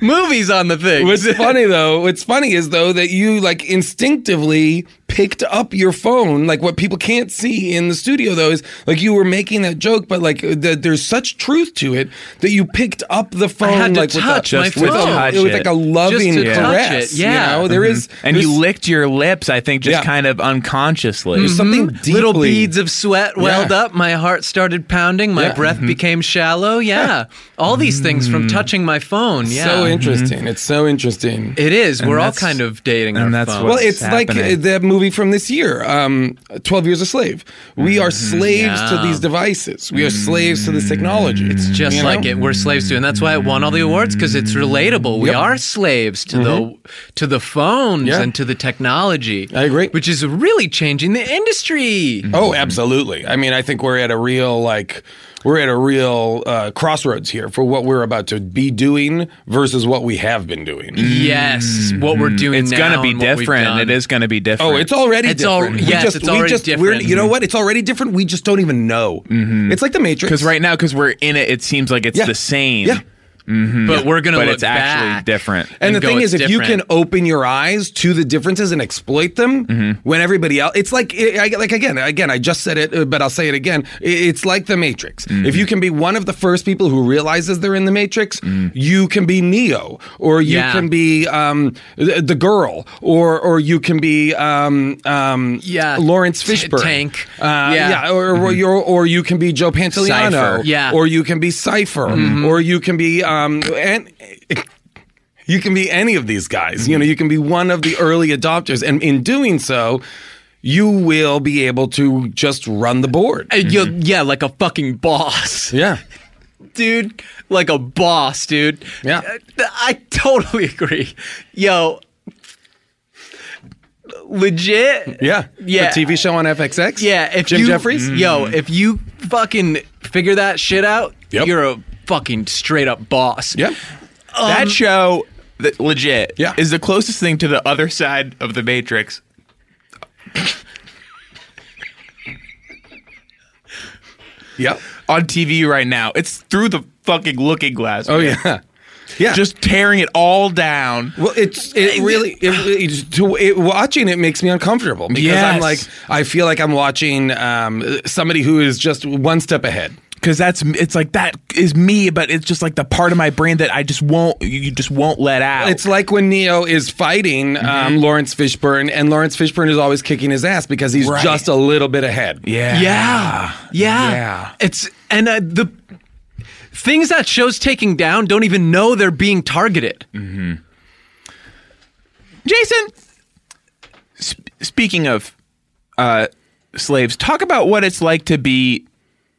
movies on the thing.
What's funny though, what's funny is though that you like instinctively picked up your phone. Like what people can't see in the studio though is like you were making that joke, but like the, there's such truth to it that you picked up the phone
had to
like
touch
with,
my
a, with,
phone.
a,
Touch
with
it.
like a loving
Just to touch
caress.
it, yeah. Mm-hmm.
you know? there is
And you
there's-
licked your lips, I think, just
Yeah.
kind of unconsciously.
there's something
Mm-hmm.
deeply,
Little beads of sweat welled
Yeah.
up. My heart started pounding. My
Yeah.
breath
Mm-hmm.
became shallow. Yeah, all these things from
Mm.
touching my phone. Yeah, Mm-hmm.
so interesting. It's so interesting.
it is. We're all
that's-
kind of dating
and
our
that's
phones.
what-
well, it's like
happening.
uh, that movie from this year, um, 12 Years a Slave. We are slaves to
Mm-hmm. yeah. Mm-hmm.
these devices. We are slaves to this technology. It's
just like it we're slaves to and that's why it won all the awards because it's relatable we
Yep.
are slaves to
Mm-hmm.
the to the phones
Yeah.
and to the technology
I agree.
which is really changing the industry
Oh, absolutely. I mean, I think we're at a real like we're at a real uh, crossroads here for what we're about to be doing versus what we have been doing.
yes what we're doing
Mm-hmm. it's
now
gonna be
and what we've
different.
done.
It is gonna be different.
Oh, it's already
It's al-
different. We
yes,
just-
it's
we
already
just-
different. Mm-hmm.
we're- you know what? It's already different. We just don't even know. It's like the Matrix.
because right now, because we're in it, it seems like it's
Yeah.
the same.
Yeah.
but we're going to
but
look
it's actually
back
different.
And, the
go,
thing
"It's
is, if you
different."
can open your eyes to the differences and exploit them,
Mm-hmm.
when everybody else, it's like, I, I- like again, again, I just said it, uh, but I'll say it again. I- It's like the Matrix.
Mm-hmm.
If you can be one of the first people who realizes they're in the Matrix, you can be Neo, or you
Mm-hmm. Yeah.
can be um, the, the girl, or or you can be um, um,
Yeah.
Lawrence
T-
Fishburne,
Tank.
uh,
Yeah.
yeah, or, or you or you can be Joe Pantoliano,
Cypher.
Yeah.
or you can be Cipher, or you can be um, and you can be any of these guys. You know, you can be one of the early adopters. And in doing so, you will be able to just run the board.
Uh, you-
Mm-hmm.
yeah, like a fucking boss,
Yeah.
dude. Like a boss, dude.
Yeah.
Uh, I totally agree. Yo, legit.
Yeah.
Yeah.
The TV show on FXX?
Yeah, if
Jim
you- Mm.
Jeffries? Mm-hmm.
Yo, if you fucking figure that shit out,
Yep.
you're a fucking straight up boss.
Yeah.
that show, that legit,
Um, Yeah.
is the closest thing to the other side of the Matrix.
Yep.
On TV right now, it's through the fucking looking glass.
Oh,
man.
yeah. Yeah.
just tearing it all down.
Well, it's it really it, it's- to it, watching it makes me uncomfortable because I'm
Yes.
like I feel like I'm watching um, somebody who is just one step ahead.
because that's it's like that is me but it's just like the part of my brain that i just won't you just won't let out
It's like when Neo is fighting
Mm-hmm.
um, Lawrence Fishburne, and Lawrence Fishburne is always kicking his ass because he's
Right.
just a little bit ahead.
yeah
Yeah. Yeah.
Yeah.
It's and uh, the things that show's taking down don't even know they're being targeted.
Mm-hmm.
jason sp- speaking of uh slaves talk about what it's like to be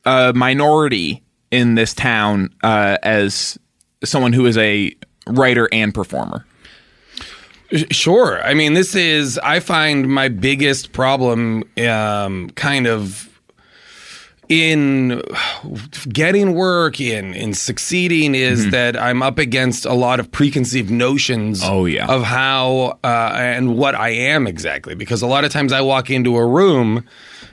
a minority in this town uh as someone who is a writer and performer
Sure. I mean, this is, I find my biggest problem um, kind of in getting work in in succeeding is
Mm-hmm.
that I'm up against a lot of preconceived notions
Oh, yeah.
of how uh, and what I am exactly because a lot of times I walk into a room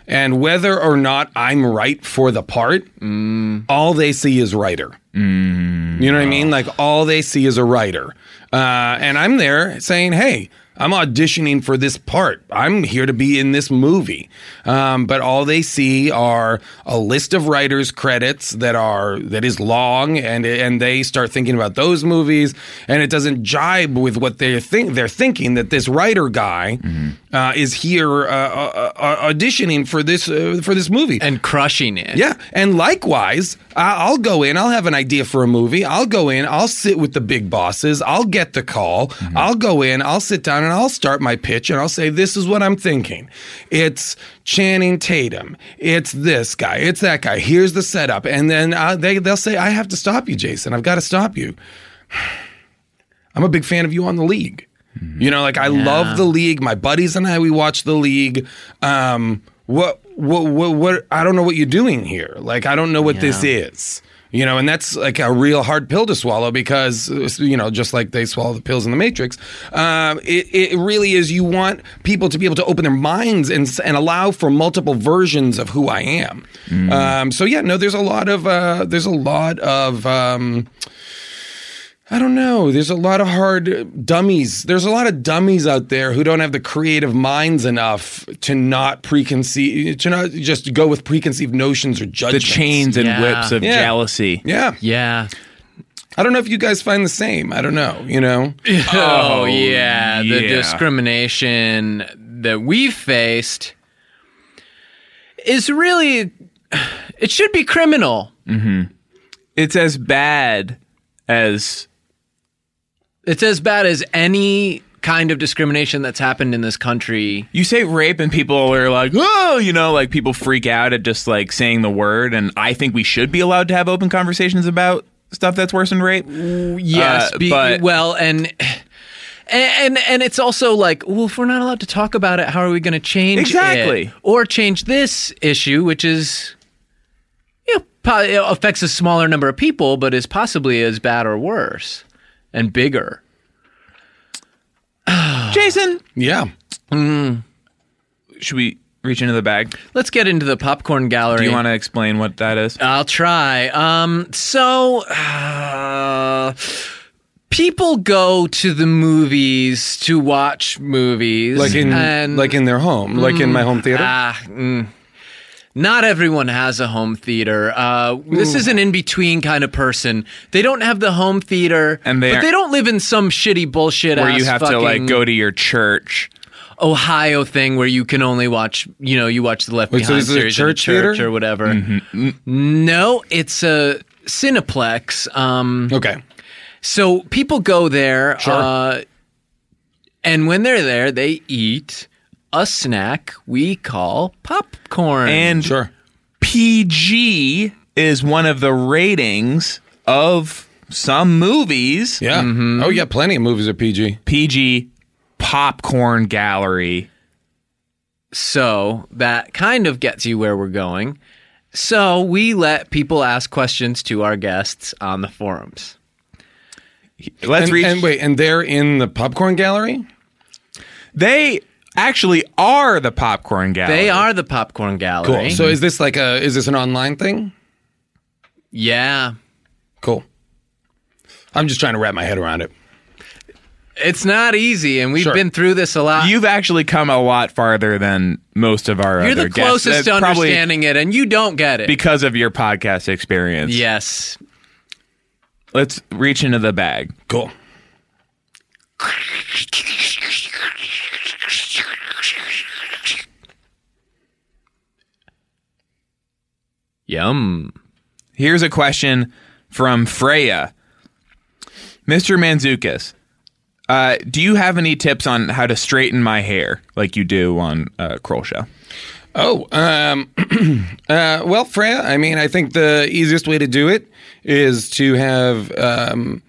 and whether or not I'm right for the part
Mm.
all they see is writer you know what I mean? Like all they see is a writer. Uh, and I'm there saying, hey, I'm auditioning for this part. I'm here to be in this movie. Um, but all they see are a list of writers' credits that are that is long, and and they start thinking about those movies, and it doesn't jibe with what they think they're thinking that this writer guy uh, is here uh, uh, uh, auditioning for this uh, for this movie.
And crushing it.
Yeah, and likewise, I- I'll go in. I'll have an idea for a movie. I'll go in. I'll sit with the big bosses. I'll get the call. I'll go in. I'll sit down and I'll start my pitch and I'll say, "This is what I'm thinking. It's Channing Tatum. It's this guy. It's that guy. Here's the setup." And then uh, they they'll say, "I have to stop you, Jason. I've got to stop you. I'm a big fan of you on the league. You know, like I love the league. My buddies and I we watch the league. Um, what, what, what, what? I don't know what you're doing here. Like I don't know what this is. You know, and that's like a real hard pill to swallow because uh, you know, just like they swallow the pills in the Matrix, uh, it it really is. You want people to be able to open their minds and s- and allow for multiple versions of who I am. Um, so yeah, no, there's a lot of uh, there's a lot of. Um, I don't know. There's a lot of hard dummies. There's a lot of dummies out there who don't have the creative minds enough to not preconceive, to not just go with preconceived notions or
the
judgments.
chains and
Yeah.
whips of
Yeah.
jealousy
Yeah.
Yeah.
I don't know if you guys find the same. I don't know. You know?
Oh, yeah. The
yeah.
discrimination that we've faced is really, it should be criminal.
it's as bad as
It's as bad as any kind of discrimination that's happened in this country.
You say rape and people are like, oh, you know, like people freak out at just like saying the word. And I think we should be allowed to have open conversations about stuff that's worse than rape.
Yes,
Uh,
be,
but-
well, and. And, and and it's also like, well, if we're not allowed to talk about it, how are we going to change it?
Exactly.
Or change this issue, which is, you know, po- it affects a smaller number of people, but is possibly as bad or worse and bigger.
Jason,
Yeah.
should we reach into the bag?
Let's get into the popcorn gallery.
Do you want to explain what that is?
I'll try. Um, so uh, people go to the movies to watch movies,
like in
and
like in their home, like in my home theater.
Ah, mm. not everyone has a home theater. Uh, this is an in between kind of person. They don't have the home theater,
And they
but they
aren't-
don't live in some shitty bullshit
where you
ass
have to like
fucking
go to your church.
Ohio thing where you can only watch you know you watch the Left
Wait, so
Behind
this is a
series in
church
church
theater?
or whatever.
Mm-hmm. Mm.
No, it's a Cineplex. Um,
okay.
so people go there,
Sure.
uh, and when they're there, they eat a snack we call popcorn.
And
Sure.
PG is one of the ratings of some movies.
Yeah. Oh yeah, plenty of movies are PG.
PG popcorn gallery.
so that kind of gets you where we're going. So we let people ask questions to our guests on the forums.
Let's
And,
reach.
and wait, and they're in the popcorn gallery.
they actually are the popcorn gallery.
They are the popcorn gallery.
So is this like a is this an online thing?
yeah.
Cool. I'm just trying to wrap my head around it.
It's not easy, and we've
Sure.
been through this a lot.
You've actually come a lot farther than most of our
are
other
the
guests.
closest to
Uh, probably
understanding it, and you don't get it.
because of your podcast experience.
yes.
Let's reach into the bag.
Cool.
Yum.
Here's a question from Freya. Mr. Manzukis, uh, do you have any tips on how to straighten my hair like you do on uh, Kroll Show?
Oh, um, uh, well, Freya, I mean, I think the easiest way to do it is to have um,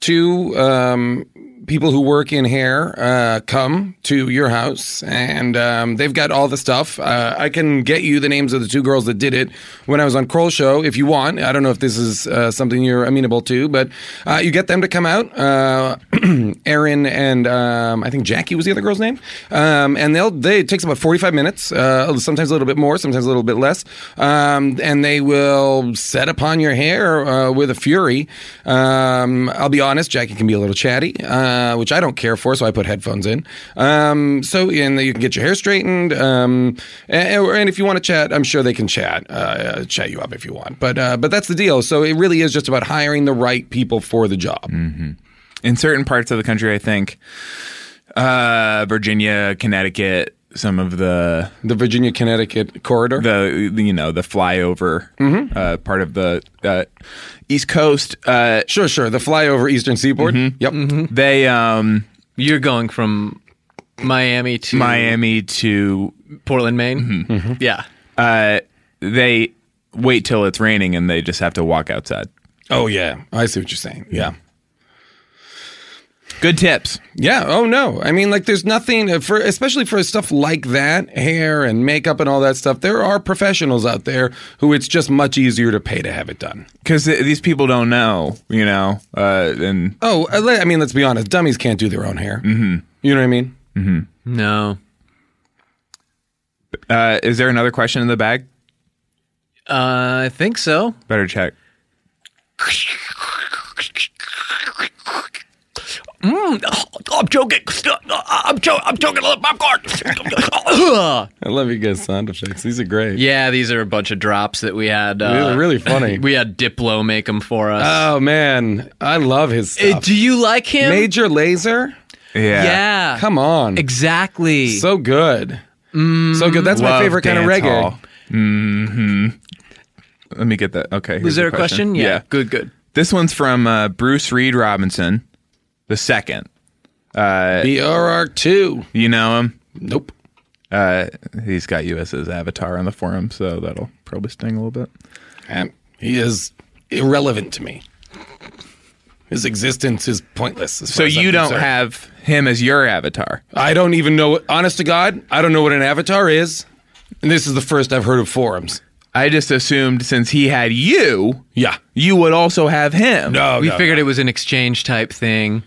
two um, people who work in hair uh, come to your house, and um, they've got all the stuff. Uh, I can get you the names of the two girls that did it when I was on Kroll Show if you want. I don't know if this is uh, something you're amenable to, but uh, you get them to come out. Uh, Erin and um, I think Jackie was the other girl's name, um, and they'll they it takes about forty five minutes, uh, sometimes a little bit more, sometimes a little bit less, um, and they will set upon your hair uh, with a fury. Um, I'll be honest, Jackie can be a little chatty, uh, which I don't care for, so I put headphones in. Um, so and you can get your hair straightened, um, and, and if you want to chat, I'm sure they can chat, uh, uh, chat you up if you want. But uh, but that's the deal. So it really is just about hiring the right people for the job.
In certain parts of the country, I think uh, Virginia, Connecticut, some of the
The Virginia Connecticut corridor.
the you know the flyover uh, part of the uh, East Coast, uh,
Sure, sure. The flyover Eastern Seaboard. Yep.
they um,
You're going from Miami to
Miami to
Portland, Maine. Mm-hmm. Yeah.
uh, they wait till it's raining and they just have to walk outside.
Oh yeah, I see what you're saying. Yeah.
Good tips.
Yeah. Oh no. I mean, like, there's nothing uh, for, especially for stuff like that, hair and makeup and all that stuff. There are professionals out there who it's just much easier to pay to have it done.
because these people don't know, you know, uh, and
Oh, I le- I mean, let's be honest. Dummies can't do their own hair. Mm-hmm. You know what I mean?
No.
uh, is there another question in the bag?
Uh, I think so.
Better check.
I'm joking. I'm joking. I'm joking. popcorn.
I love you guys' sound effects. These are great.
yeah, these are a bunch of drops that we had. Uh,
These are really funny.
We had Diplo make them for us.
oh man, I love his
Uh,
stuff.
do you like him?
Major Laser.
Yeah.
yeah.
Come on.
Exactly.
So good. So good. That's my
Love
favorite kind of
dance
reggae.
hall. Mhm. Let me get that. Okay. here's
Was there
the
a question?
Yeah.
Good, good.
This one's from uh, Bruce Reed Robinson, the second.
BRR two.
You know him.
Nope.
Uh, he's got you as his avatar on the forum, so that'll probably sting a little bit.
Um, he is irrelevant to me. His existence is pointless. as
So
far as I'm
you don't
concerned.
have him as your avatar.
I don't even know. what- Honest to God, I don't know what an avatar is. And this is the first I've heard of forums.
I just assumed since he had you,
Yeah.
you would also have him.
No.
we
no,
figured it was an exchange type thing,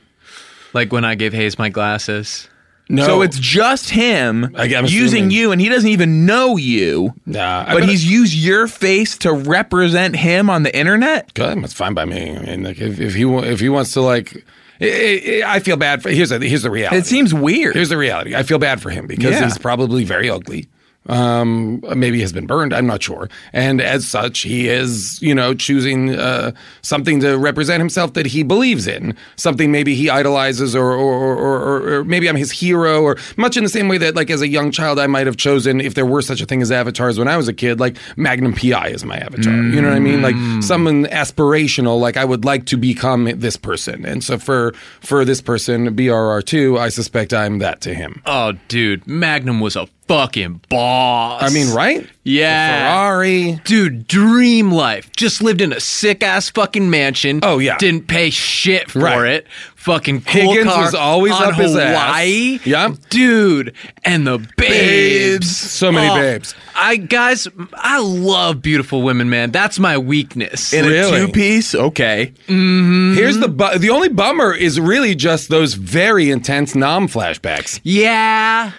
like when I gave Hayes my glasses.
No.
So it's just him
I- I'm
using
assuming.
you, and he doesn't even know you.
Nah, I
but
bet-
he's used your face to represent him on the internet.
Good, that's fine by me. I mean, like if, if he wa- if he wants to like, I- I I feel bad for. Here's the here's the reality.
It seems weird.
Here's the reality. I feel bad for him because
Yeah.
he's probably very ugly. Um, maybe has been burned. I'm not sure. And as such, he is, you know, choosing uh, something to represent himself that he believes in. Something maybe he idolizes, or or, or, or, or maybe I'm his hero, or much in the same way that, like, as a young child, I might have chosen if there were such a thing as avatars when I was a kid. Like Magnum PI is my avatar. You know what I mean? Like someone aspirational. Like I would like to become this person. And so for for this person, BRR two, I suspect I'm that to him.
Oh, dude, Magnum was a fucking boss.
I mean, right? Uh,
Yeah.
Ferrari.
Dude, dream life. Just lived in a sick ass fucking mansion.
Oh, yeah.
Didn't pay shit for
Right.
it. Fucking cool
Higgins
car
was always
on
up his ass.
Hawaii.
Yep.
Dude, and the babes.
So many babes.
I guys, I love beautiful women, man. That's my weakness.
In
Really?
a two piece, okay.
Here's the bu- the only bummer is really just those very intense nom flashbacks.
yeah.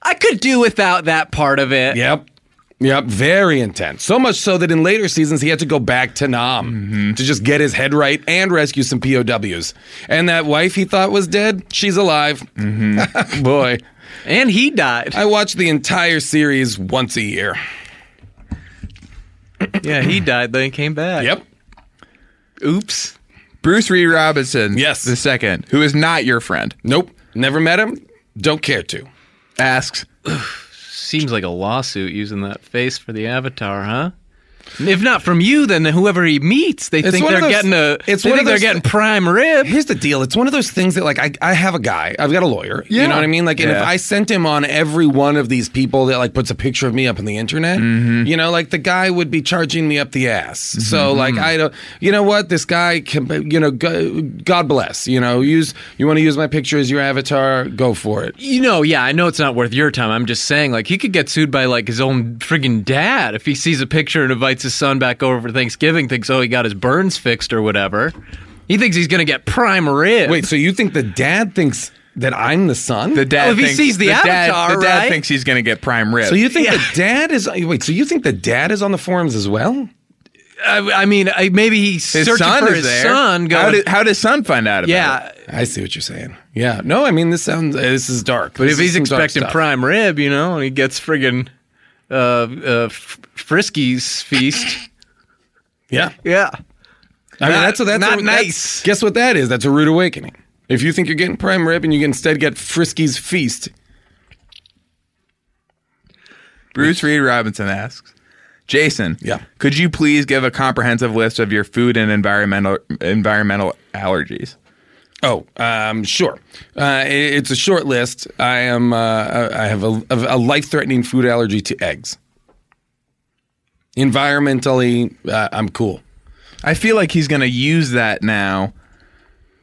I could do without that part of it.
Yep. Yep, very intense. So much so that in later seasons he had to go back to Nam to just get his head right and rescue some POWs. And that wife he thought was dead, she's alive. Boy,
And he died.
I watch the entire series once a year.
yeah, he died, then he came back.
Yep.
Oops.
Bruce Reed Robinson,
Yes.
the second, who is not your friend,
Nope. Never met him. Don't care to.
asks,
Seems like a lawsuit using that face for the avatar, huh? If not from you, then whoever he meets, they
It's
think
one
they're
of those-
getting a.
it's
they
one
think
of
they're
those-
getting prime rib.
Here's the deal. It's one of those things that like I, I have a guy. I've got a lawyer. You know what I mean? Like and if
Yeah.
I sent him on every one of these people that like puts a picture of me up on the internet,
Mm-hmm.
you know, like the guy would be charging me up the ass. So like I don't you know what? This guy can you know go, God bless, you know, use you want to use my picture as your avatar, go for it.
You know, yeah, I know it's not worth your time. I'm just saying, like, he could get sued by like his own friggin' dad if he sees a picture and invites his son back over for Thanksgiving, thinks oh he got his burns fixed or whatever. He thinks he's gonna get prime rib.
Wait, so you think the dad thinks that I'm the son?
the dad
Well, if he
thinks
sees the
dad-
avatar,
the dad
right?
thinks he's going to get prime rib.
so you think the dad is wait? So you think the dad is on the forums as well?
I, I mean, I, maybe he's
his
searching
son
for
is
his
there.
son. Going,
how, did, how does son find out about it?
yeah,
I see what you're saying. Yeah. No, I mean this sounds uh, this is dark.
But if he's expecting prime rib, you know, and he gets friggin' uh, uh, f- Frisky's feast.
yeah.
yeah.
I mean
Not-
that's that's
not
that's-
nice.
guess what that is? That's a rude awakening. If you think you're getting prime rib and you instead get Frisky's feast,
Bruce Reed Robinson asks, Jason,
Yeah.
could you please give a comprehensive list of your food and environmental environmental allergies?
Oh, um, sure. Uh, i- it's a short list. I am. Uh, I I have a, a life-threatening food allergy to eggs. Environmentally, uh, I'm cool.
I feel like he's going to use that now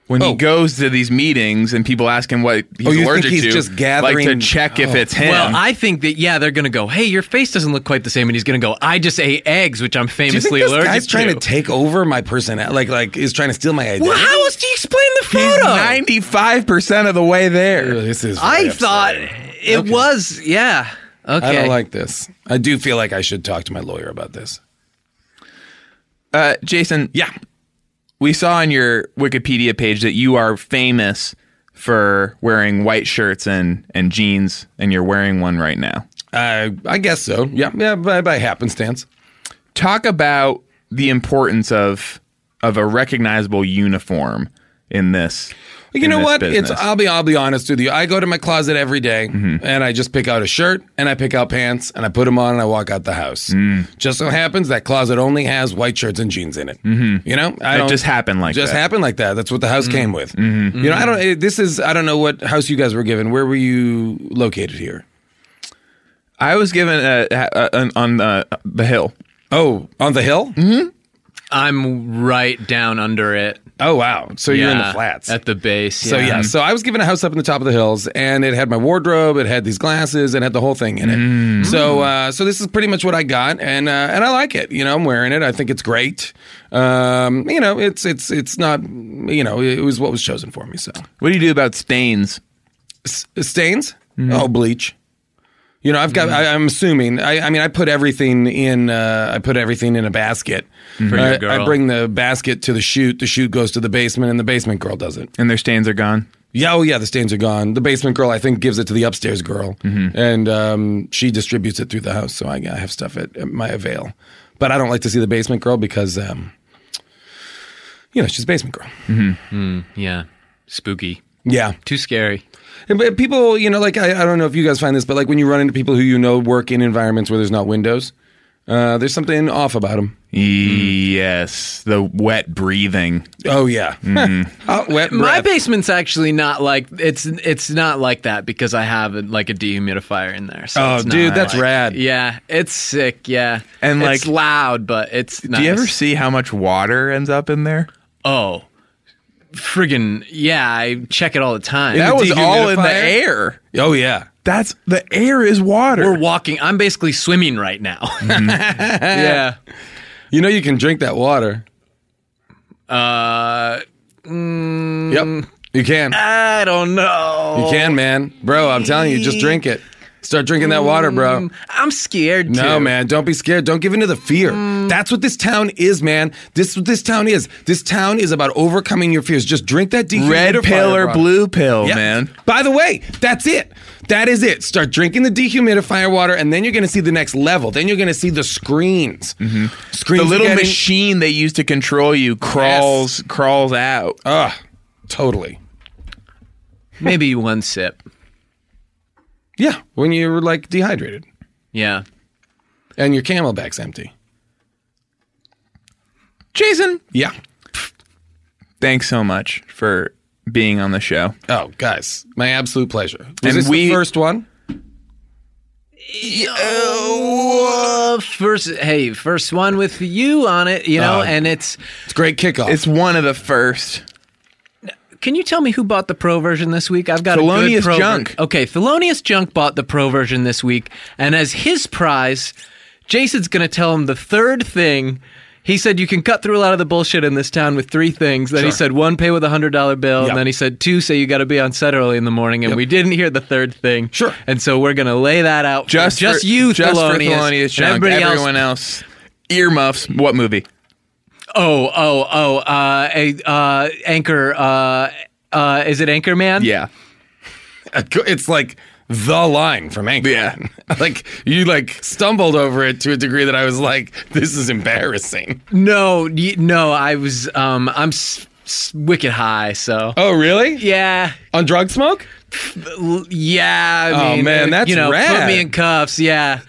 when
Oh.
he goes to these meetings and people ask him what he's
Oh, you think
allergic
he's
to.
just
like to
gathering-
check if
Oh.
it's him.
Well, I think that yeah, they're gonna go. Hey, your face doesn't look quite the same, and he's gonna go. I just ate eggs, which I'm
Do you think
famously
this
allergic
guy's
to.
trying to take over my personality? Like, like is trying to steal my identity?
well, how else do you explain the
he's
photo?
ninety five percent of the way there.
This is.
I
very
thought
upsetting.
it was yeah. Okay.
I don't like this. I do feel like I should talk to my lawyer about this.
Uh, Jason,
Yeah.
we saw on your Wikipedia page that you are famous for wearing white shirts and, and jeans, and you're wearing one right now.
Uh, I guess so. Yeah. Yeah. By, by happenstance.
Talk about the importance of of a recognizable uniform in this.
You
in
know
this
what?
business. Mm-hmm.
It's I'll be I'll be honest with you. I go to my closet every day and I just pick out a shirt and I pick out pants and I put them on and I walk out the house.
Mm.
Just so happens that closet only has white shirts and jeans in it. Mm-hmm. You know, I
It
don't-
just happened like
just
that. Mm-hmm.
happened like that. That's what the house came with. You know, I don't. it- This is I don't know what house you guys were given. Where were you located here?
I was given a, a, an- on the, the hill.
Oh, on the hill.
Mm-hmm.
I'm right down under it.
Oh wow! So you're in the
Yeah,
flats
at the base.
So yeah, so I was given a house up in the top of the hills, and it had my wardrobe, it had these glasses, and had the whole thing in it.
Mm.
So uh, so this is pretty much what I got, and uh, and I like it. You know, I'm wearing it. I think it's great. Um, you know, it's it's it's not. You know, it was what was chosen for me. So
What do you do about stains?
S- stains?
Mm-hmm.
Oh, bleach. You know, I've got. I, I'm assuming. I, I mean, I put everything in. Uh, I put everything in a basket.
Mm-hmm. For your
I- I,
girl.
bring the basket to the chute. The chute goes to the basement, and the basement girl does it.
and their stains are gone.
Yeah, oh yeah, the stains are gone. The basement girl, I think, gives it to the upstairs girl, and um, she distributes it through the house. So I, I have stuff at, at my avail, but I don't like to see the basement girl because, um, you know, she's a basement girl.
Yeah. Spooky.
Yeah,
Too scary.
And- But people, you know, like I, I don't know if you guys find this, but like when you run into people who you know work in environments where there's not windows, uh, there's something off about them.
Yes, the wet breathing.
Oh yeah, Hot, wet
My
breath.
basement's actually not like it's it's not like that because I have like a dehumidifier in there. So
Oh,
it's not
dude, that's
like-
rad.
Yeah, it's sick. Yeah,
And,
It's
like-
loud, but it's.
Do you ever see how much water ends up in there?
Oh, friggin' yeah! I check it all the time.
That
the
was all in the
dehumidifier?
air.
Oh yeah,
That's the air is water.
We're walking. I'm basically swimming right now. yeah.
you know you can drink that water. Uh, yep, you can.
I don't know.
Oh.
You can, man. Bro, I'm telling you, just drink it. Start drinking that water,
Mm.
bro.
I'm scared. too.
No, man, don't be scared. Don't give in to the fear.
Mm.
That's what this town is, man. This what this town is. This town is about overcoming your fears. Just drink that dehumidifier.
Red pill or
bro.
blue pill,
Yeah.
man.
By the way, that's it. That is it. Start drinking the dehumidifier water, and then you're going to see the next level. Then you're going to see the screens. Screens.
Mm-hmm. The little
are getting-
machine they use to control you crawls crawls out.
Ugh, Ah, totally.
Maybe one sip.
Yeah, when you're like dehydrated
Yeah.
and your camelback's empty.
Jason,
Yeah.
thanks so much for being on the show.
Oh, guys, my absolute pleasure. Was
And
this
we-
the first one?
Uh, first, hey, first one with you on it, you know,
Oh.
and it's.
It's great kickoff.
It's one of the first.
Can you tell me who bought the pro version this week? I've got a
Thelonious
good pro
Junk.
Okay, Thelonious Junk bought the pro version this week, and as his prize, Jason's going to tell him the third thing. He said you can cut through a lot of the bullshit in this town with three things. Then he said one, pay with a hundred dollar bill,
Yep.
and then he said two, say you got to be on set early in the morning, and we didn't hear the third thing.
Sure.
And so we're going to lay that out. for-
Just
just
for,
you,
just
Thelonious,
for Thelonious
and
Junk.
everybody else
Everyone else. earmuffs. What movie?
Oh, oh, oh, uh, a, uh, anchor, uh, uh, is it Anchorman?
Yeah.
it's like the line from Anchor.
Yeah.
like you like stumbled over it to a degree that I was like, this is embarrassing.
No, y- no, I was, um, I'm s- s- wicked high, so.
Oh, really?
Yeah,
On drug smoke?
l- yeah. I
Oh,
mean,
man,
it-
that's
you know, put
rad.
me in cuffs. Yeah,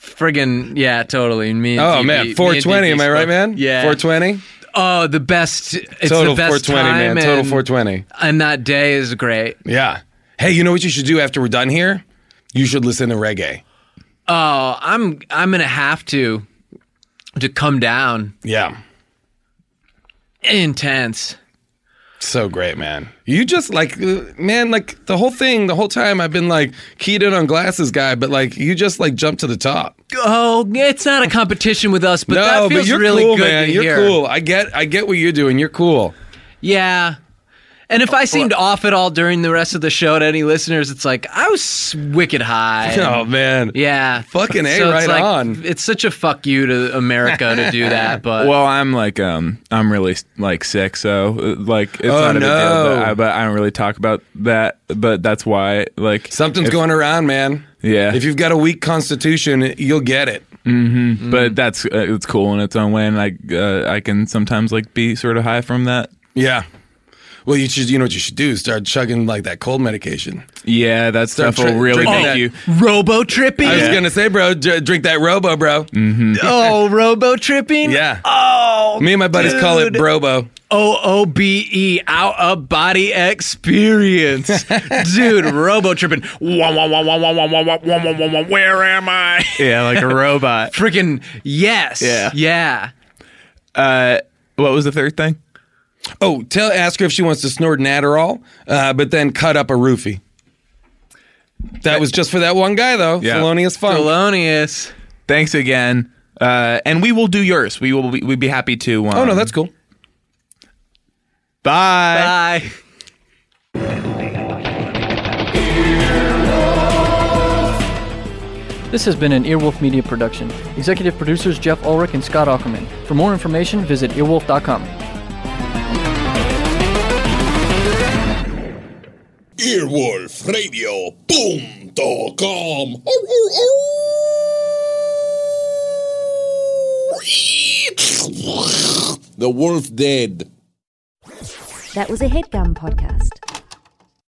friggin' yeah, totally. Me. And
Oh
DB me
man,
and
420.
DB
Am I right,
spoke-
man?
Yeah,
420.
Oh, the best. It's
Total
the best
420,
time
man. Total
and-
420.
And that day is great.
Yeah. Hey, you know what you should do after we're done here? You should listen to reggae.
Oh, I'm I'm gonna have to to come down.
Yeah.
Intense.
So great, man. You just like, uh, man, like the whole thing, the whole time I've been like keyed in on glasses guy, but like you just like jumped to the top.
Oh, it's not a competition with us, but
no,
that feels
but you're
really
cool,
good
man.
to
you're
hear.
cool. I get, I get what you're doing. You're cool.
Yeah. And
Oh,
if I seemed off at all during the rest of the show to any listeners, it's like I was wicked high.
Oh man.
Yeah.
Fucking A,
it's
right
like-
on.
It's such a fuck you to America to do that, but
Well, I'm like um, I'm really like sick, so uh, like it's
Oh,
not a big deal.
no.
But I, but I don't really talk about that. But that's why like
Something's
if-
going around, man.
Yeah.
If you've got a weak constitution, you'll get it.
But that's uh, it's cool in its own way, and I uh, I can sometimes like be sort of high from that.
Yeah. Well, you should. You know what you should do? Start chugging like that cold medication.
Yeah, that stuff
tri-
will really
drinking
make
that-
you.
robo tripping.
I was
Yeah.
gonna say, bro, j- drink that Robo, bro.
Oh, robo tripping.
Yeah.
Oh,
Me and my buddies call it
dude.
Brobo.
O O B E out of body experience, dude. Robo tripping. Wah, wah, wah, wah, wah, wah, wah, wah, wah, wah, wah, wah. Where am I?
Yeah, like a robot.
Freaking yes.
Yeah.
Yeah.
What was the third thing?
Oh, tell ask her if she wants to snort an Adderall, uh, but then cut up a roofie. That was just for that one guy, though.
Yeah.
Felonious fun.
Thelonious.
Thanks again, uh, and we will do yours. We will. Be, we'd be happy to. Um,
oh no, that's cool.
bye.
Bye.
Bye.
This has been an Earwolf Media production. Executive producers Jeff Ulrich and Scott Ackerman. For more information, visit earwolf.com.
Earwolfradio.com. The wolf dead.
That was a headgum podcast.